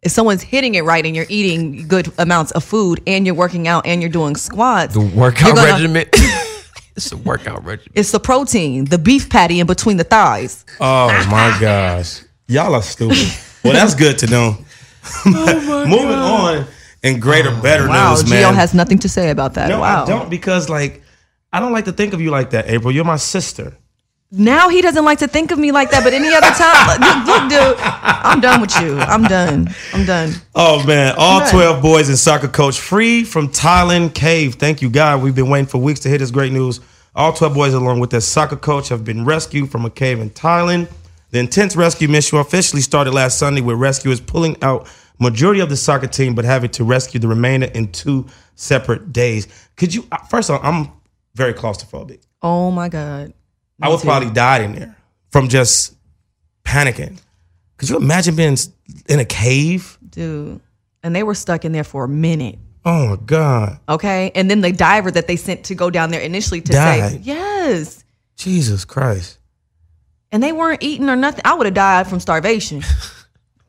If someone's hitting it right and you're eating good amounts of food and you're working out and you're doing squats,
The
you're
workout
gonna-
regimen. it's a workout regimen.
It's the protein, the beef patty in between the thighs.
oh my gosh, y'all are stupid. Well, that's good to know. Moving on in greater, better
Oh Wow,
news,
Gio
man.
has nothing to say about that.
No,
wow.
I don't because like I don't like to think of you like that, April. You're my sister.
Now he doesn't like to think of me like that, but any other time, look, look, dude, I'm done with you. I'm done. I'm done.
Oh man, all
Right.
12 boys and soccer coach free from Thailand Cave. Thank you, God. We've been waiting for weeks to hear this great news. All 12 boys, along with their soccer coach, have been rescued from a cave in Thailand. The intense rescue mission officially started last Sunday with rescuers pulling out majority of the soccer team, but having to rescue the remainder in two separate days. Could you uh, first of all, I'm very claustrophobic.
Oh my God.
I would probably died in there from just panicking. Could you imagine being s- in a cave?
Dude. And they were stuck in there for a minute.
Oh my God.
Okay. And then the diver that they sent to go down there initially to say,
Died.
yes.
Jesus Christ.
And they weren't eating or nothing. I would have died from starvation.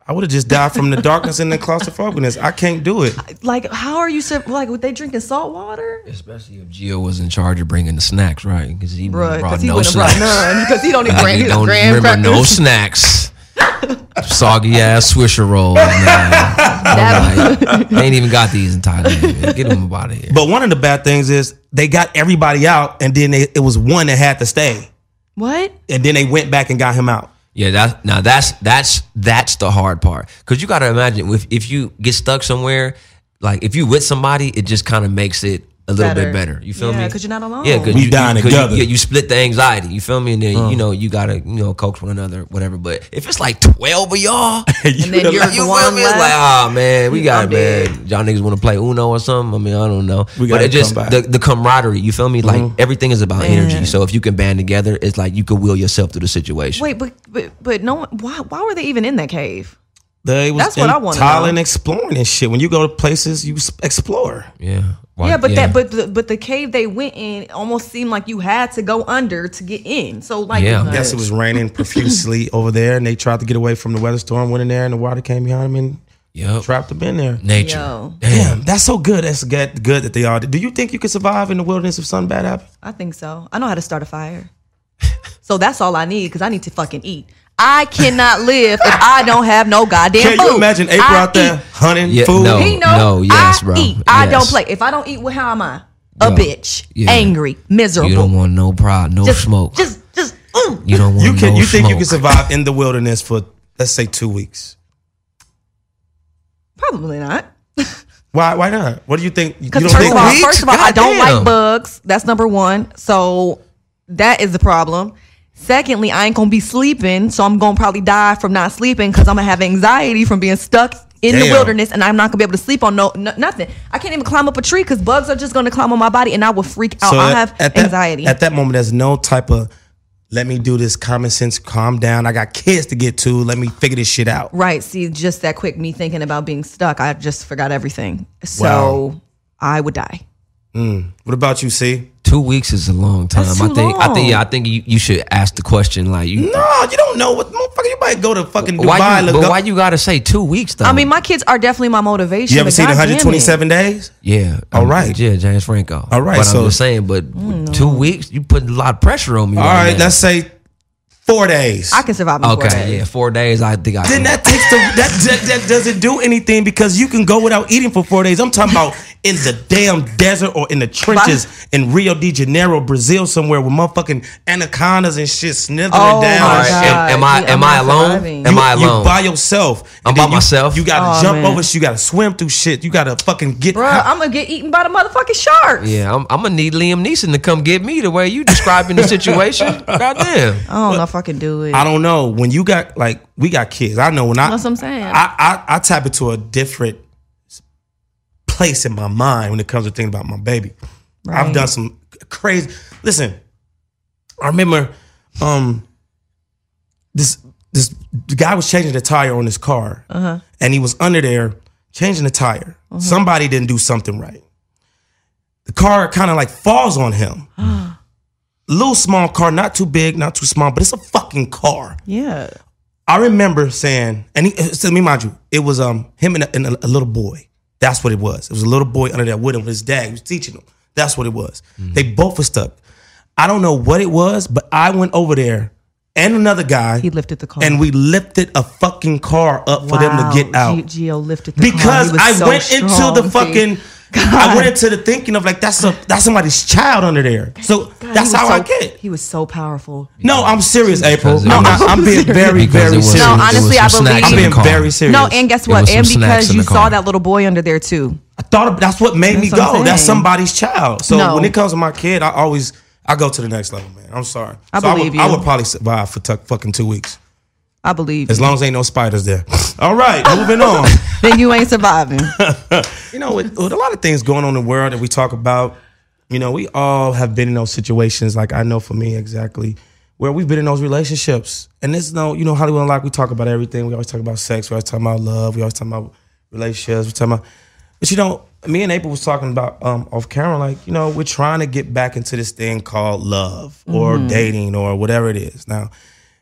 I would have just died from the darkness and the claustrophobicness. I can't do it.
Like, how are you? sur- Like, were they drinking salt water?
Especially if Gio was in charge of bringing the snacks, right? Because he
Bruh,
wouldn't brought
because he
no
wouldn't have
snacks.
brought none. Because he don't even
Nigga
bring his
don't
grand
remember
crackers.
no snacks. Soggy ass swisher rolls. Man.
That-
Like, they ain't even got these in Thailand. Man. Get them out of here.
But one of the bad things is they got everybody out, and then they, it was one that had to stay,
what?
and then they went back and got him out.
Yeah, that's now that's that's that's the hard part because you got to imagine if if you get stuck somewhere, like if you with somebody, it just kind of makes it a little
Better.
bit better. You feel
Yeah,
me?
'cause you're not alone.
Yeah, because
We dying together. Uh-huh.
You, yeah, you split the anxiety. You feel me? And then you know you gotta you know coach one another, whatever. But if it's like twelve of y'all,
You
then
would've
you're-
like,
you feel
one
me? It's
left.
like ah man, we got
I'm
it, man. Y'all niggas want to play Uno or something? I mean, I don't know.
We
but
gotta
it just
come back. Mm-hmm.
the, the camaraderie. You feel me? Like everything is about
Man.
energy. So if you can band together, it's like you can will yourself through the situation.
Wait, but but but no. one- Why why were they even in that cave?
they was
That's what
in
I wanna
Thailand
know.
exploring and shit. When you go to places, you s- explore.
Yeah. Why-
yeah, but that but the, but the cave they went in almost seemed like you had to go under to get in. So like,
Yeah.
Yes, it was raining profusely over there, and they tried to get away from the weather storm. Went in there, and the water came behind them and
Yep.
trapped them in there.
Nature.
Yo.
Damn, that's so good. That's good, good that they all did. Do you think you could survive in the wilderness if something bad happened?
I think so. I know how to start a fire. so that's all I need because I need to fucking eat. I cannot live if I don't have no goddamn
Can
food.
you imagine April
I
out there
eat.
hunting
Yeah,
food?
no.
He know
Oh, No, yes,
I
bro.
eat. I don't
Yes.
play. If I don't eat, well, how am I? A
Yeah.
bitch,
Yeah.
angry, miserable.
You don't want no pride, no
just
smoke.
Just, just. mm.
you don't want
You can.
Oh, no
you think you
smoke.
can survive in the wilderness for let's say two weeks?
Probably not.
Why? Why not? What do you think? You
Because
don't
first,
think
of all,
weeks?
first of all, I don't like
Goddamn.
bugs. That's number one. So that is the problem. Secondly, I ain't gonna be sleeping, so I'm gonna probably die from not sleeping because I'm gonna have anxiety from being stuck in the
Damn.
wilderness, and I'm not gonna be able to sleep on no, no nothing. I can't even climb up a tree because bugs are just gonna climb on my body, and I will freak out. I have
that,
anxiety.
At that moment, there's no type of let me do this common sense, calm down. I got kids to get to. Let me figure this shit out.
Right. See, just that quick, me thinking about being stuck, I just forgot everything. So
Wow.
I would die.
What about you, C?
Two weeks is a long time.
That's
I
too
think. I think. Yeah, I
long.
think you, you should ask the question like you.
No, you don't know what motherfucker. You might go to fucking Dubai.
Why you,
look
but
up-
why you gotta say two weeks though?
I mean, my kids are definitely my motivation.
You ever
but
seen
God damn it.
127 days?
yeah. I
All
mean,
right.
Yeah, James Franco.
All right,
But
so-
I'm just saying. But two weeks, you put a lot of pressure on me.
All right,
now.
let's say four days.
I can survive in
okay.
four days.
Yeah, four days. I think I.
then
can-
that takes the that, that that doesn't do anything because you can go without eating for four days. I'm talking about in the damn desert or in the trenches in Rio de Janeiro, Brazil, somewhere with motherfucking anacondas and shit slithering
Oh
down.
my
All
and
right.
shit.
God.
Am, am I?
Yeah, I'm
Am
not
I alone?
surviving.
Am
You-
I
You
alone?
by yourself. And
I'm by
then you-
myself?
You gotta
Oh,
jump
man.
over shit. You gotta swim through shit. You gotta fucking get.
Bruh, I'm gonna get eaten by the motherfucking sharks.
yeah, I'm, I'm gonna need Liam Neeson to come get me the way you describing the situation. Goddamn.
I don't know if I can do it.
I don't know when you got like we got kids. I know when I.
That's what I'm saying.
I I, I tap into a different place in my mind when it comes to thinking about my baby. I've
Right.
done some crazy. Listen, I remember um this this the guy was changing the tire on his car,
Uh-huh.
and he was under there changing the tire. Somebody didn't do something right. The car kind of like falls on him. Little small car, not too big, not too small, but it's a fucking car.
yeah.
I remember saying, and he, so let me mind you, it was um him and, a, and a, a little boy. That's what it was. It was a little boy under there with him with his dad. He was teaching him. That's what it was.
Mm-hmm.
They both were stuck. I don't know what it was, but I went over there and another guy,
He lifted the car.
and we lifted a fucking car up for them to get out
G- Gio lifted the car.
because
He was
I
so
went
strong,
into the
see.
fucking. I went into the thinking of like that's a that's somebody's child under there. So
God,
that's
he was
how
so-
I get.
He was so powerful.
No, I'm serious, April.
Because
No,
it
I,
was-
I'm being very,
Because
very
it was-
serious.
No,
there was
honestly,
some
I believe-
snacks
I'm
in the
being
car.
very serious.
No, and guess
There
what?
was some
And
snacks
because
in
you
the car.
saw that little boy under there too.
I thought of, that's what made me
That's what I'm
go. That's
saying.
somebody's child. So
No.
when it comes to my kid, I always I go to the next level, man. I'm sorry.
I
so I
believe
would,
you.
I would probably survive for tuck fucking two weeks
I believe.
as long as ain't no spiders there. All right, moving on.
then you ain't surviving.
You know, with, with a lot of things going on in the world that we talk about, you know, we all have been in those situations. Like I know for me exactly where we've been in those relationships, and it's no, you know, Hollywood Unlocked. We talk about everything. We always talk about sex. We always talk about love. We always talk about relationships. We talk about, but you know, me and April was talking about um, off camera, like you know, we're trying to get back into this thing called love or dating or whatever it is now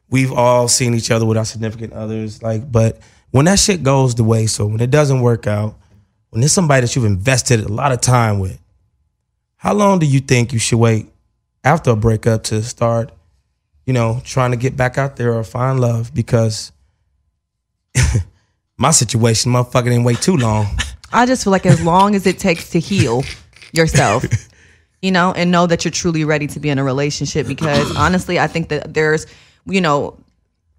we've all seen each other with our significant others. Like, but when that shit goes the way, so when it doesn't work out, when there's somebody that you've invested a lot of time with, how long do you think you should wait after a breakup to start, you know, trying to get back out there or find love? Because my situation, motherfucker, didn't wait too long.
I just feel like as long as it takes to heal yourself, you know, and know that you're truly ready to be in a relationship because honestly, I think that there's, you know,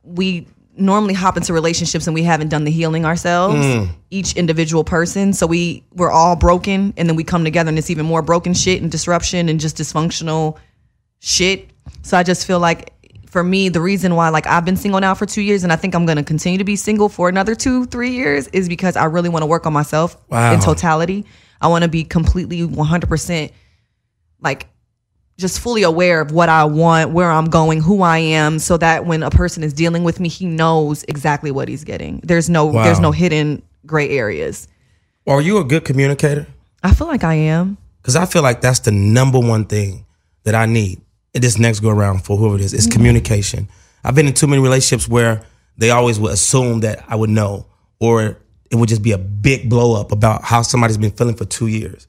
we normally hop into relationships and we haven't done the healing ourselves each individual person so we we're all broken and then we come together and it's even more broken shit and disruption and just dysfunctional shit. So I just feel like for me, the reason why like I've been single now for two years and I think I'm gonna continue to be single for another two, three years is because I really wanna work on myself
Wow.
in totality. I wanna be completely 100% like just fully aware of what I want, where I'm going, who I am, so that when a person is dealing with me, he knows exactly what he's getting. There's no
Wow.
there's no hidden gray areas.
Are you a good communicator?
I feel like I am.
Because I feel like that's the number one thing that I need in this next go around for whoever it is. It's
Mm-hmm.
communication. I've been in too many relationships where they always would assume that I would know, or it would just be a big blow up about how somebody's been feeling for two years.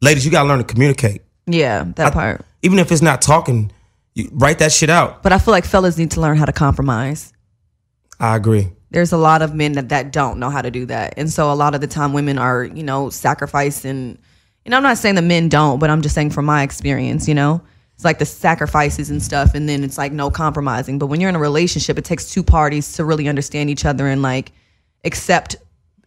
Ladies, you gotta learn to communicate.
Yeah, that part.
Even if it's not talking, you write that shit out.
But I feel like fellas need to learn how to compromise.
I agree.
there's a lot of men that, that don't know how to do that. And so a lot of the time women are, you know, sacrificing and I'm not saying the men don't, but I'm just saying from my experience, you know. It's like the sacrifices and stuff and then it's like no compromising. But when you're in a relationship, it takes two parties to really understand each other and like accept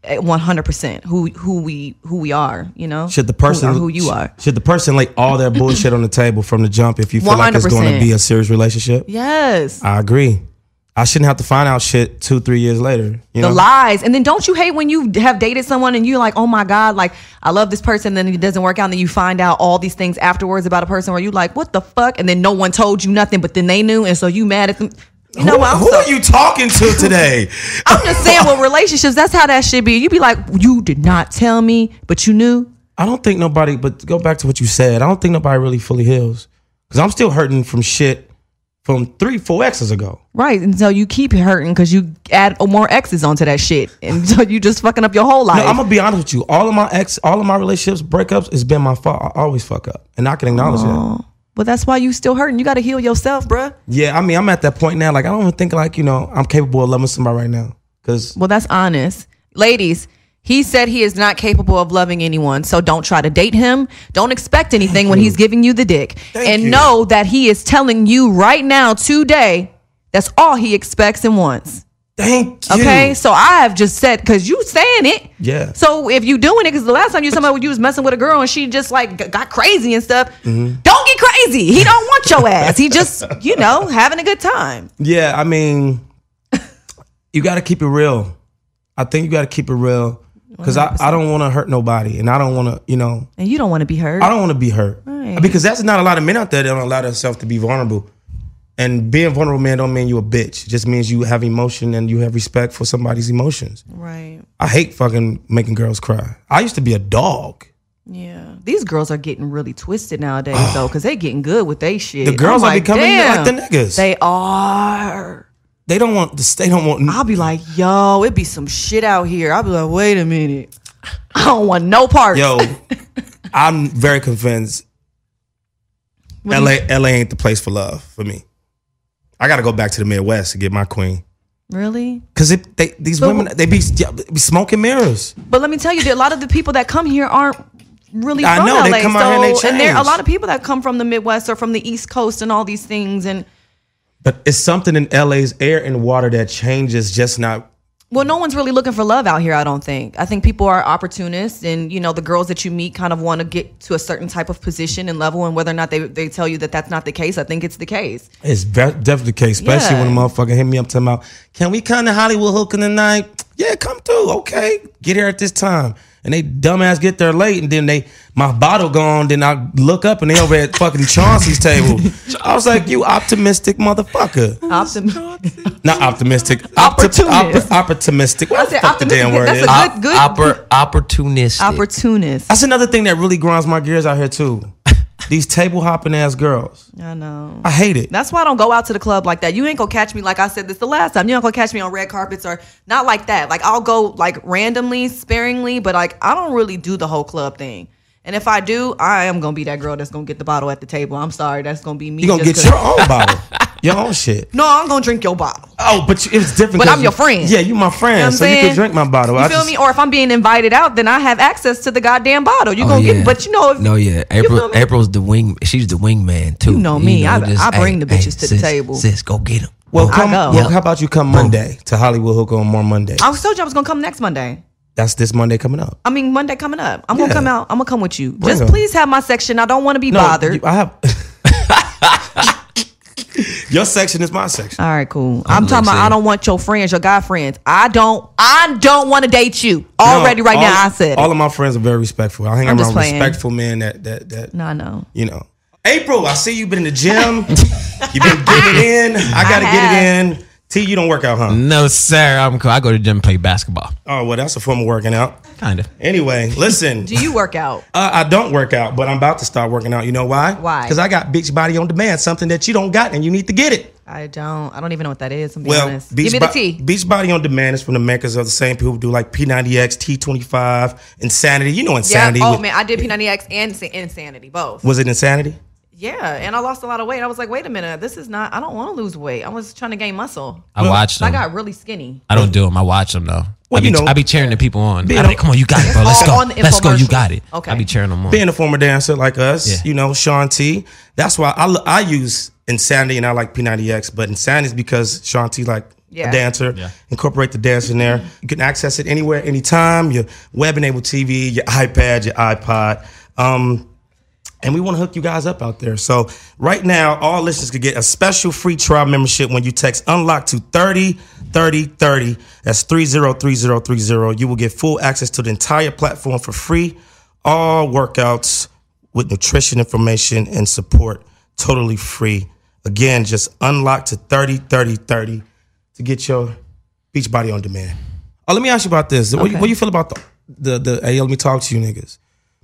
at 100% who who we who we are, you know?
Should the person
who, or who you are.
Should the person lay all their bullshit on the table from the jump if you feel like it's going to
100%.
be a serious relationship?
Yes.
I agree. I shouldn't have to find out shit two, three years later. You
the
know?
lies. And then don't you hate when you have dated someone and you're like, oh my God, like I love this person, then it doesn't work out, and then you find out all these things afterwards about a person where you like, what the fuck? And then no one told you nothing, but then they knew, and so you mad at them. You know
who,
what? I'm,
who
so-
are you talking to today?
I'm just saying with relationships, that's how that should be. You be like, you did not tell me, but you knew.
I don't think nobody. But go back to what you said. I don't think nobody really fully heals because I'm still hurting from shit from three, four exes ago.
Right. And so you keep hurting because you add more X's onto that shit. And so you just fucking up your whole life.
No, I'm gonna be honest with you. All of my ex, all of my relationships, breakups, it's been my fault. I always fuck up, and I can acknowledge that.
but that's why you still hurting. You got to heal yourself, bruh.
Yeah, I mean, I'm at that point now. Like, I don't even think like you know I'm capable of loving somebody right now because
Well, that's honest. Ladies, he said he is not capable of loving anyone. So don't try to date him. Don't expect anything when he's giving you the dick.
Thank
and
you.
know that he is telling you right now, today, that's all he expects and wants.
thank you.
Okay, so I have just said because you saying it.
Yeah.
So if you doing it, because the last time you somebody you was messing with a girl and she just like g- got crazy and stuff.
Mm-hmm.
Don't get crazy. He don't want your ass. He just you know having a good time.
Yeah, I mean, you got to keep it real. I think you got to keep it real because I, I don't want to hurt nobody, and I don't want to, you know,
And you don't want to be hurt.
I don't want to be hurt
Right.
because that's not a lot of men out there that don't allow themselves to be vulnerable. And being vulnerable, man, don't mean you a bitch. It just means you have emotion and you have respect for somebody's emotions.
Right.
I hate fucking making girls cry. I used to be a dog.
Yeah, these girls are getting really twisted nowadays though, because they getting good with they shit.
The girls
I'm
are becoming like the niggas. They,
They are.
don't want. They don't want.
I'll be like, yo, it be some shit out here. I'll be like, wait a minute, I don't want no part.
Yo, I'm very convinced. LA, LA ain't the place for love for me. I gotta go back to the Midwest to get my queen.
really?
Cause it, they, these
But-
women, they be, yeah, they be smoking mirrors.
But let me tell you, that a lot of the people that come here aren't really
I
from
know,
LA.
they come
so,
out here and they
there are a
change.
lot of people that come from the Midwest or from the East Coast and all these things. And
But it's something in LA's air and water that changes. Just not.
well, no one's really looking for love out here. I don't think. I think people are opportunists, and you know, the girls that you meet kind of want to get to a certain type of position and level. And whether or not they they tell you that that's not the case, I think it's the case.
It's ve- definitely the case, especially
Yeah.
when a motherfucker hit me up talking about, "Can we come to Hollywood hooking tonight?" Yeah, come through. Okay, get here at this time. And they dumbass get there late, and then they my bottle gone. Then I look up, and they over at fucking Chauncey's table. I was like, "You optimistic motherfucker!"
Optim-
Not optimistic. Opportunistic.
Opportunist.
opportunistic. What
I said
the fuck the damn
optimistic.
word
That's
is?
a Good- good-
Oppor- opportunistic.
opportunist.
That's another thing that really grinds my gears out here too. These table hopping ass girls.
I know.
I hate it.
That's why I don't go out to the club like that. You ain't gonna catch me like I said this the last time. You ain't gonna catch me on red carpets or not like that. Like I'll go like randomly, sparingly, but like I don't really do the whole club thing. And if I do, I am gonna be that girl that's gonna get the bottle at the table. I'm sorry, that's gonna be me.
You gonna
just
get
'cause-
your own bottle, your own shit.
No, I'm gonna drink your bottle.
Oh, but you, it's different.
But
'cause
I'm your
you-
friend.
Yeah, you my friend,
You know what I'm
so you
saying?
can drink my bottle.
You
I
feel
just-
me? Or if I'm being invited out, then I have access to the goddamn bottle. You
Oh,
gonna
yeah.
get, but you know, if,
no, yeah.
feel
April,
me?
April's the wing. She's the wingman too.
know me. I- I bring the bitches to the
sis,
table.
Sis, go get them.
Well,
I
come.
go.
Well, how about you come Monday to Hollywood Hooker on more Monday?
I was told you I was gonna come next Monday.
That's this Monday coming up.
I mean Monday coming up. I'm gonna
Yeah.
come out. I'm gonna come with you.
Bring
Just
'em.
please have my section. I don't want to be bothered.
you- I have. your section is my section.
All right, cool. I'm, talking about
excited.
I don't want your friends, your guy friends. I don't I don't want to date you already
No,
right
all-
now. I said
all
it.
of my friends are very respectful. I hang
I'm just
around
playing.
respectful men that that that
No, I know.
you know. April, I see you've been in the gym. You've been getting it in. I gotta get it in. T, you don't work out, huh?
No, sir. I'm cool. I go to the gym and play basketball.
Oh well, that's a form of working out.
Kind of.
Anyway, listen.
Do you work out?
Uh, I don't work out, but I'm about to start working out. You know why?
Why?
Because I got Beach Body on Demand, something that you don't got and you need to get it.
I don't. I don't even know what that is. I'm being
Well,
honest.
Beach
Give me the
Bo-
tea.
Beach Body on Demand is from the makers of the same people who do like P90X, T25, Insanity. You know
Yeah.
Insanity.
Oh
was,
man, I did P90X and Sa- Insanity both.
was it Insanity?
Yeah, and I lost a lot of weight. I was like, wait a minute, this is not. I don't want to lose weight. I was trying to gain muscle.
I watch them.
I
I,
got really skinny.
don't do them. I watch them though.
Well,
I be,
you know-
I be cheering the people on.
Being
I be like,
a-
come on, you got it, bro. Let's
all
go.
on the
Let's go. You
infomercials.
got it.
Okay.
I be cheering them on.
Being a former dancer like us,
Yeah.
you know, Sean T. That's why I, lo- I use Insanity and I like P90X, but Insanity is because Sean T, like
Yeah.
a dancer,
Yeah.
incorporate the dance in there. You can access it anywhere, anytime, your web enabled TV, your iPad, your iPod. Um, and we want to hook you guys up out there. So right now, all listeners could get a special free trial membership when you text unlock to 30 30 30. That's 303030. You will get full access to the entire platform for free. All workouts with nutrition information and support totally free. Again, just unlock to 30 30 30 to get your beach body on demand. Oh, let me ask you about this. What, you, what you feel about the, the the hey, let me talk to you niggas?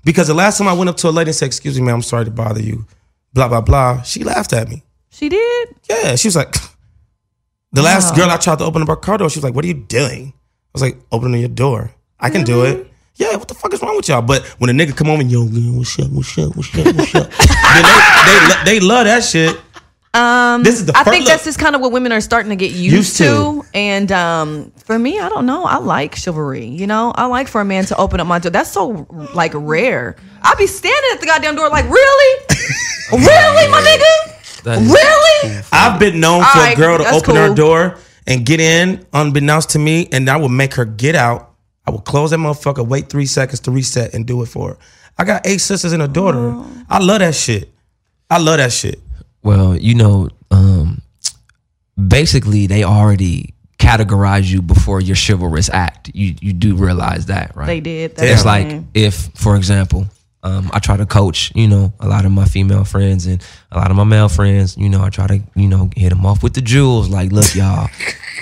Because the last time I went up to a lady and said, "Excuse me, man, I'm sorry to bother you," blah blah blah. She laughed at me.
She did.
Yeah, she was like, the last girl I tried to open up her car door, she was like, "What are you doing?" I was like, "Opening your door. I can do it." Yeah, what the fuck is wrong with y'all? But when a nigga come over and yo, man, what's up, what's up, what's up, what's up, then they, they, they love that shit. Um, this is the
I
first,
think
look,
that's just kind of what women are starting to get used,
Used to.
to. And um, for me, I don't know. I like chivalry. You know, I like for a man to open up my door. That's so like rare. I be standing at the goddamn door like, really, really, my
That
nigga,
is-
really.
I've been known for
Alright,
a girl to
that's
open her
cool.
door and get in unbeknownst to me, and I would make her get out. I would close that motherfucker, wait three seconds to reset, and do it for her. I got eight sisters and a daughter.
Oh.
I love that shit. I love that shit.
Well, you know, um, basically they already categorize you before your chivalrous act. You you do realize that, right?
They did. That's
It's
what I
like
mean.
if, for example, um, I try to coach, you know, a lot of my female friends and a lot of my male friends, you know, I try to, you know, hit them off with the jewels. Like, look, y'all,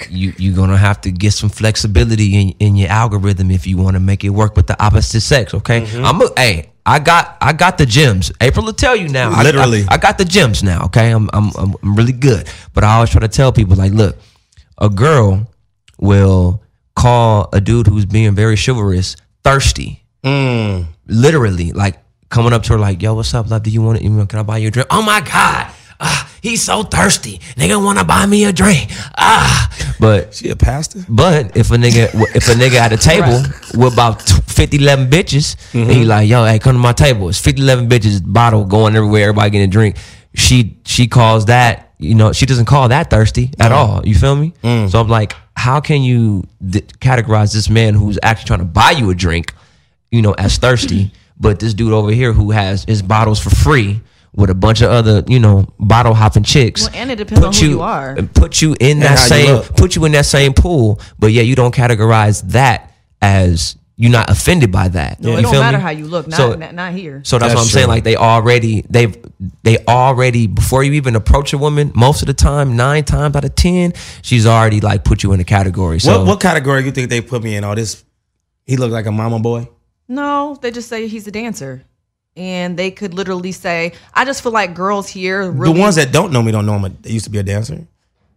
you you're gonna have to get some flexibility in, in your algorithm if you want to make it work with the opposite sex. Okay, I'm a hey. I got I got the gems. April will tell you now. I- I-
Literally.
I got the gems now. Okay, I'm I'm I'm I'm really good. But I always try to tell people like, look, a girl will call a dude who's being very chivalrous thirsty. Literally, like coming up to her like, yo, what's up, love? Do you want it? You know, Can I buy you a drink? Oh my god. Ah, he's so thirsty. Nigga wanna buy me a drink. Ah, but
She a pastor?
but if a nigga if a nigga at a table with about t- 50, 11 bitches, and
Mm-hmm.
he like, yo, hey, come to my table. It's 50, 11 bitches, bottle going everywhere, everybody getting a drink. She she calls that, you know, she doesn't call that thirsty at all. You feel me?
Mm.
So I'm like, how can you d- categorize this man who's actually trying to buy you a drink, you know, as thirsty, but this dude over here who has his bottles for free with a bunch of other, you know, bottle hopping chicks.
Well, and it depends on
put
who you are.
Put you in that
how you
same
look.
put you in that same pool, but yeah, you don't categorize that as you're not offended by that.
No,
you
it don't
feel
matter
me?
how you look. Not
So-
not, not here.
So that's,
That's
what I'm saying.
true.
Like they already they've they already before you even approach a woman, most of the time, nine times out of ten, she's already like put you in a category. So
what what category you think they put me in? All this, he looked like a mama boy.
no, they just say he's a dancer. and they could literally say, "I just feel like girls here really."
The ones that don't know me don't know I'm a, I used to be a dancer.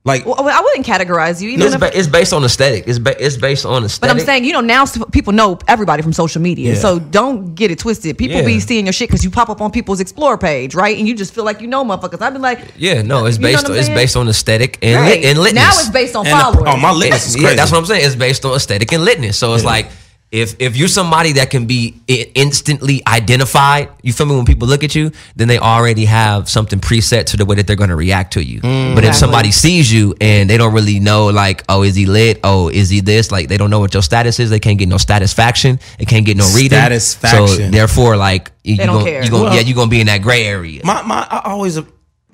Like
Well, I wouldn't categorize you, even
It's,
if,
ba- it's based on aesthetic. It's ba- it's based on
but
aesthetic.
I'm saying you know now s- people know everybody from social media,
Yeah.
so don't get it twisted. People
Yeah.
be seeing your shit because you pop up on people's explore page, right? And you just feel like you know motherfuckers. I've been like,
yeah, no, it's
You know
based
what
on,
I'm
it's
saying?
based on aesthetic and
Right.
lit, and litness.
now it's based on
and
followers.
oh my litness is
Yeah,
crazy.
that's what I'm saying. It's based on aesthetic and litness. So it's like if if you're somebody that can be i- instantly identified, you feel me? When people look at you, then they already have something preset to the way that they're going to react to you.
Mm,
But if somebody sees you and they don't really know, like, oh, is he lit? Oh, is he this? Like, they don't know what your status is. They can't get no satisfaction. They can't get no reading. So
Satisfaction.
therefore, like, you,
They
you
don't
gonna,
care.
you gonna,
Well-
yeah, you're gonna be in that gray area.
my my I always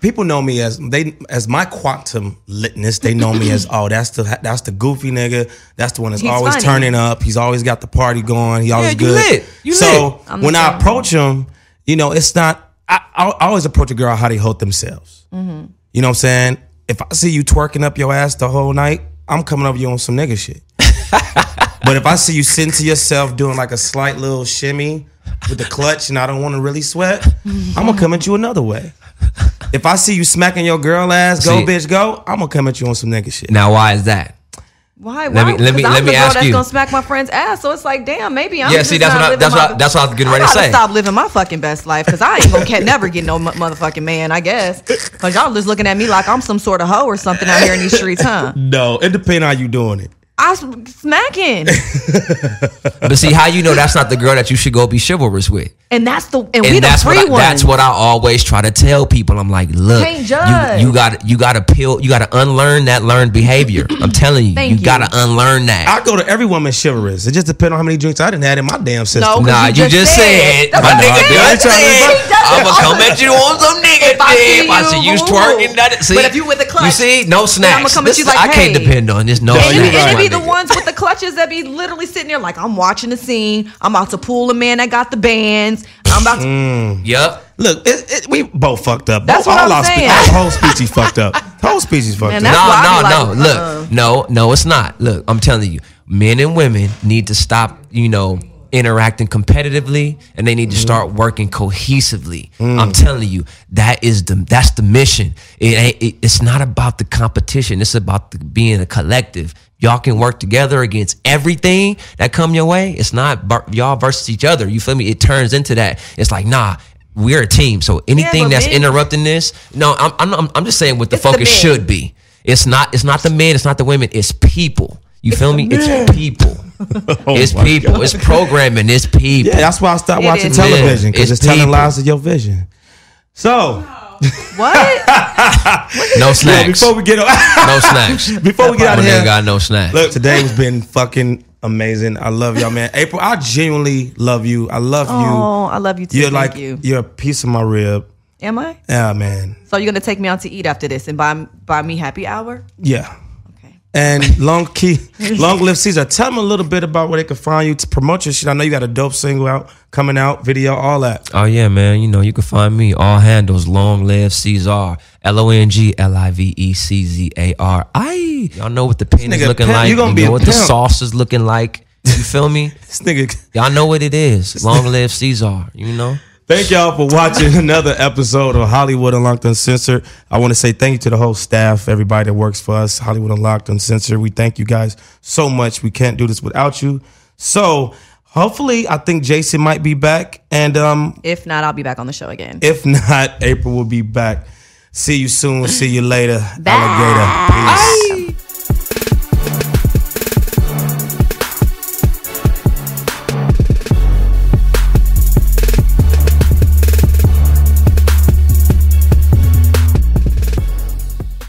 people know me as they as my quantum litness. They know me as oh that's the that's the goofy nigga. That's the one that's
He's
always
funny.
turning up. He's always got the party going. He always
you
good.
lit. You lit.
so
I'm the
when I
same.
approach him, you know it's not. I, I, I always approach a girl how they hold themselves.
Mm-hmm.
You know what I'm saying? If I see you twerking up your ass the whole night, I'm coming over you on some nigga shit. But if I see you sitting to yourself doing like a slight little shimmy with the clutch and I don't want to really sweat, I'm gonna come at you another way. If I see you smacking your girl ass, go
See-
bitch, go, I'm gonna come at you on some nigga shit.
Now, why is that?
Why?
Let
why?
me- let me-
'Cause I'm
let me
the girl
ask
that's
you.
gonna smack my friend's ass. So it's like, damn, maybe I'm.
Yeah,
just
see, that's
not
what I-
living
that's
my-
what I- that's what I was getting ready to
gotta
say.
Stop living my fucking best life because I ain't gonna ca- never get no mu- motherfucking man. I guess because y'all just looking at me like I'm some sort of hoe or something out here in these streets, huh?
No, it depends how you doing it.
I s- smacking,
But see, how you know that's not the girl that you should go be chivalrous with?
and that's the and, we
and that's
the free
what I,
ones.
that's what I always try to tell people. I'm like, look,
Can't judge.
you got you got to peel, you got to unlearn that learned behavior. I'm telling you,
Thank
you,
you.
got to unlearn that.
I go to every woman chivalrous. It just depends on how many drinks I didn't had in my damn system.
No. Oh, 'cause
nah,
you
you,
just
just
said.
said,
That's
my
what
nigga,
I'm saying.
I
That's what I'm saying. He
does
am
it
gonna
all
come
the
at you on some nigga.
If I see
dick. If I
you,
see you
boo.
twerking, that, see,
But if you with the clutch,
you see, no snacks.
I'ma come at
This
you
is-
like,
I can't
hey.
depend on this. No
And,
snacks.
it, and it
my
be the
nigga.
ones with the clutches that be literally sitting there like I'm watching the scene. I'm about to pull a man that got the bands. I'm about to
Mm.
Yep.
Look, it, it, we both fucked up.
That's
All
what I'm
our spe-
saying.
our whole species fucked up. The whole species fucked
Man,
up.
That's why I be
no, no,
like,
no.
uh-uh.
Look, no, no, it's not. Look, I'm telling you, men and women need to stop, you know, interacting competitively, and they need
Mm-hmm.
to start working cohesively.
Mm.
I'm telling you, that is the that's the mission. It, ain't it, it's not about the competition. It's about the, being a collective. Y'all can work together against everything that come your way. It's not bar- y'all versus each other. You feel me? It turns into that. It's like nah. We're a team, so anything
but
that's
men-
interrupting this, no, I'm, I'm, not- I'm just saying what the
It's the
focus
men.
should should be. It's not. It's not the men. It's not the women. It's people. You feel me? It's people. it's people. It's programming. It's people.
Oh Yeah, that's why I stopped
It
watching
is.
television
Yeah,
because
it's
it's, telling
people.
lies to your vision. So,
what?
No snacks.
before we get on,
no snacks.
before we get out
My
of here,
nigga got no snacks.
Look, today has been fucking amazing. I love y'all, man. April, I genuinely love you. I love
Oh, I love you too.
you. You're
Thank
like
you.
are a piece of my rib.
Am I?
Yeah, man.
So you're gonna take me out to eat after this and buy buy me happy hour?
Yeah.
Okay.
And long key, long live Caesar. Tell them a little bit about where they can find you to promote your shit. I know you got a dope single out, coming out, video, all that.
Oh yeah, man. You know you can find me all handles. Long live Caesar. L O N G L I V E C Z A R. I. Y'all know what the pen is
nigga
looking
pimp.
like.
You gonna be
know
a
what the
pimp.
sauce is looking like. You feel me?
This nigga.
Y'all know what it is. Long live Caesar. You know.
Thank y'all for watching another episode of Hollywood Unlocked Uncensored. I want to say thank you to the whole staff, everybody that works for us, Hollywood Unlocked Uncensored. We thank you guys so much. We can't do this without you. So hopefully, I think Jason might be back, and um,
If not, I'll be back on the show again.
if not, April will be back. See you soon. See you later, alligator. Peace.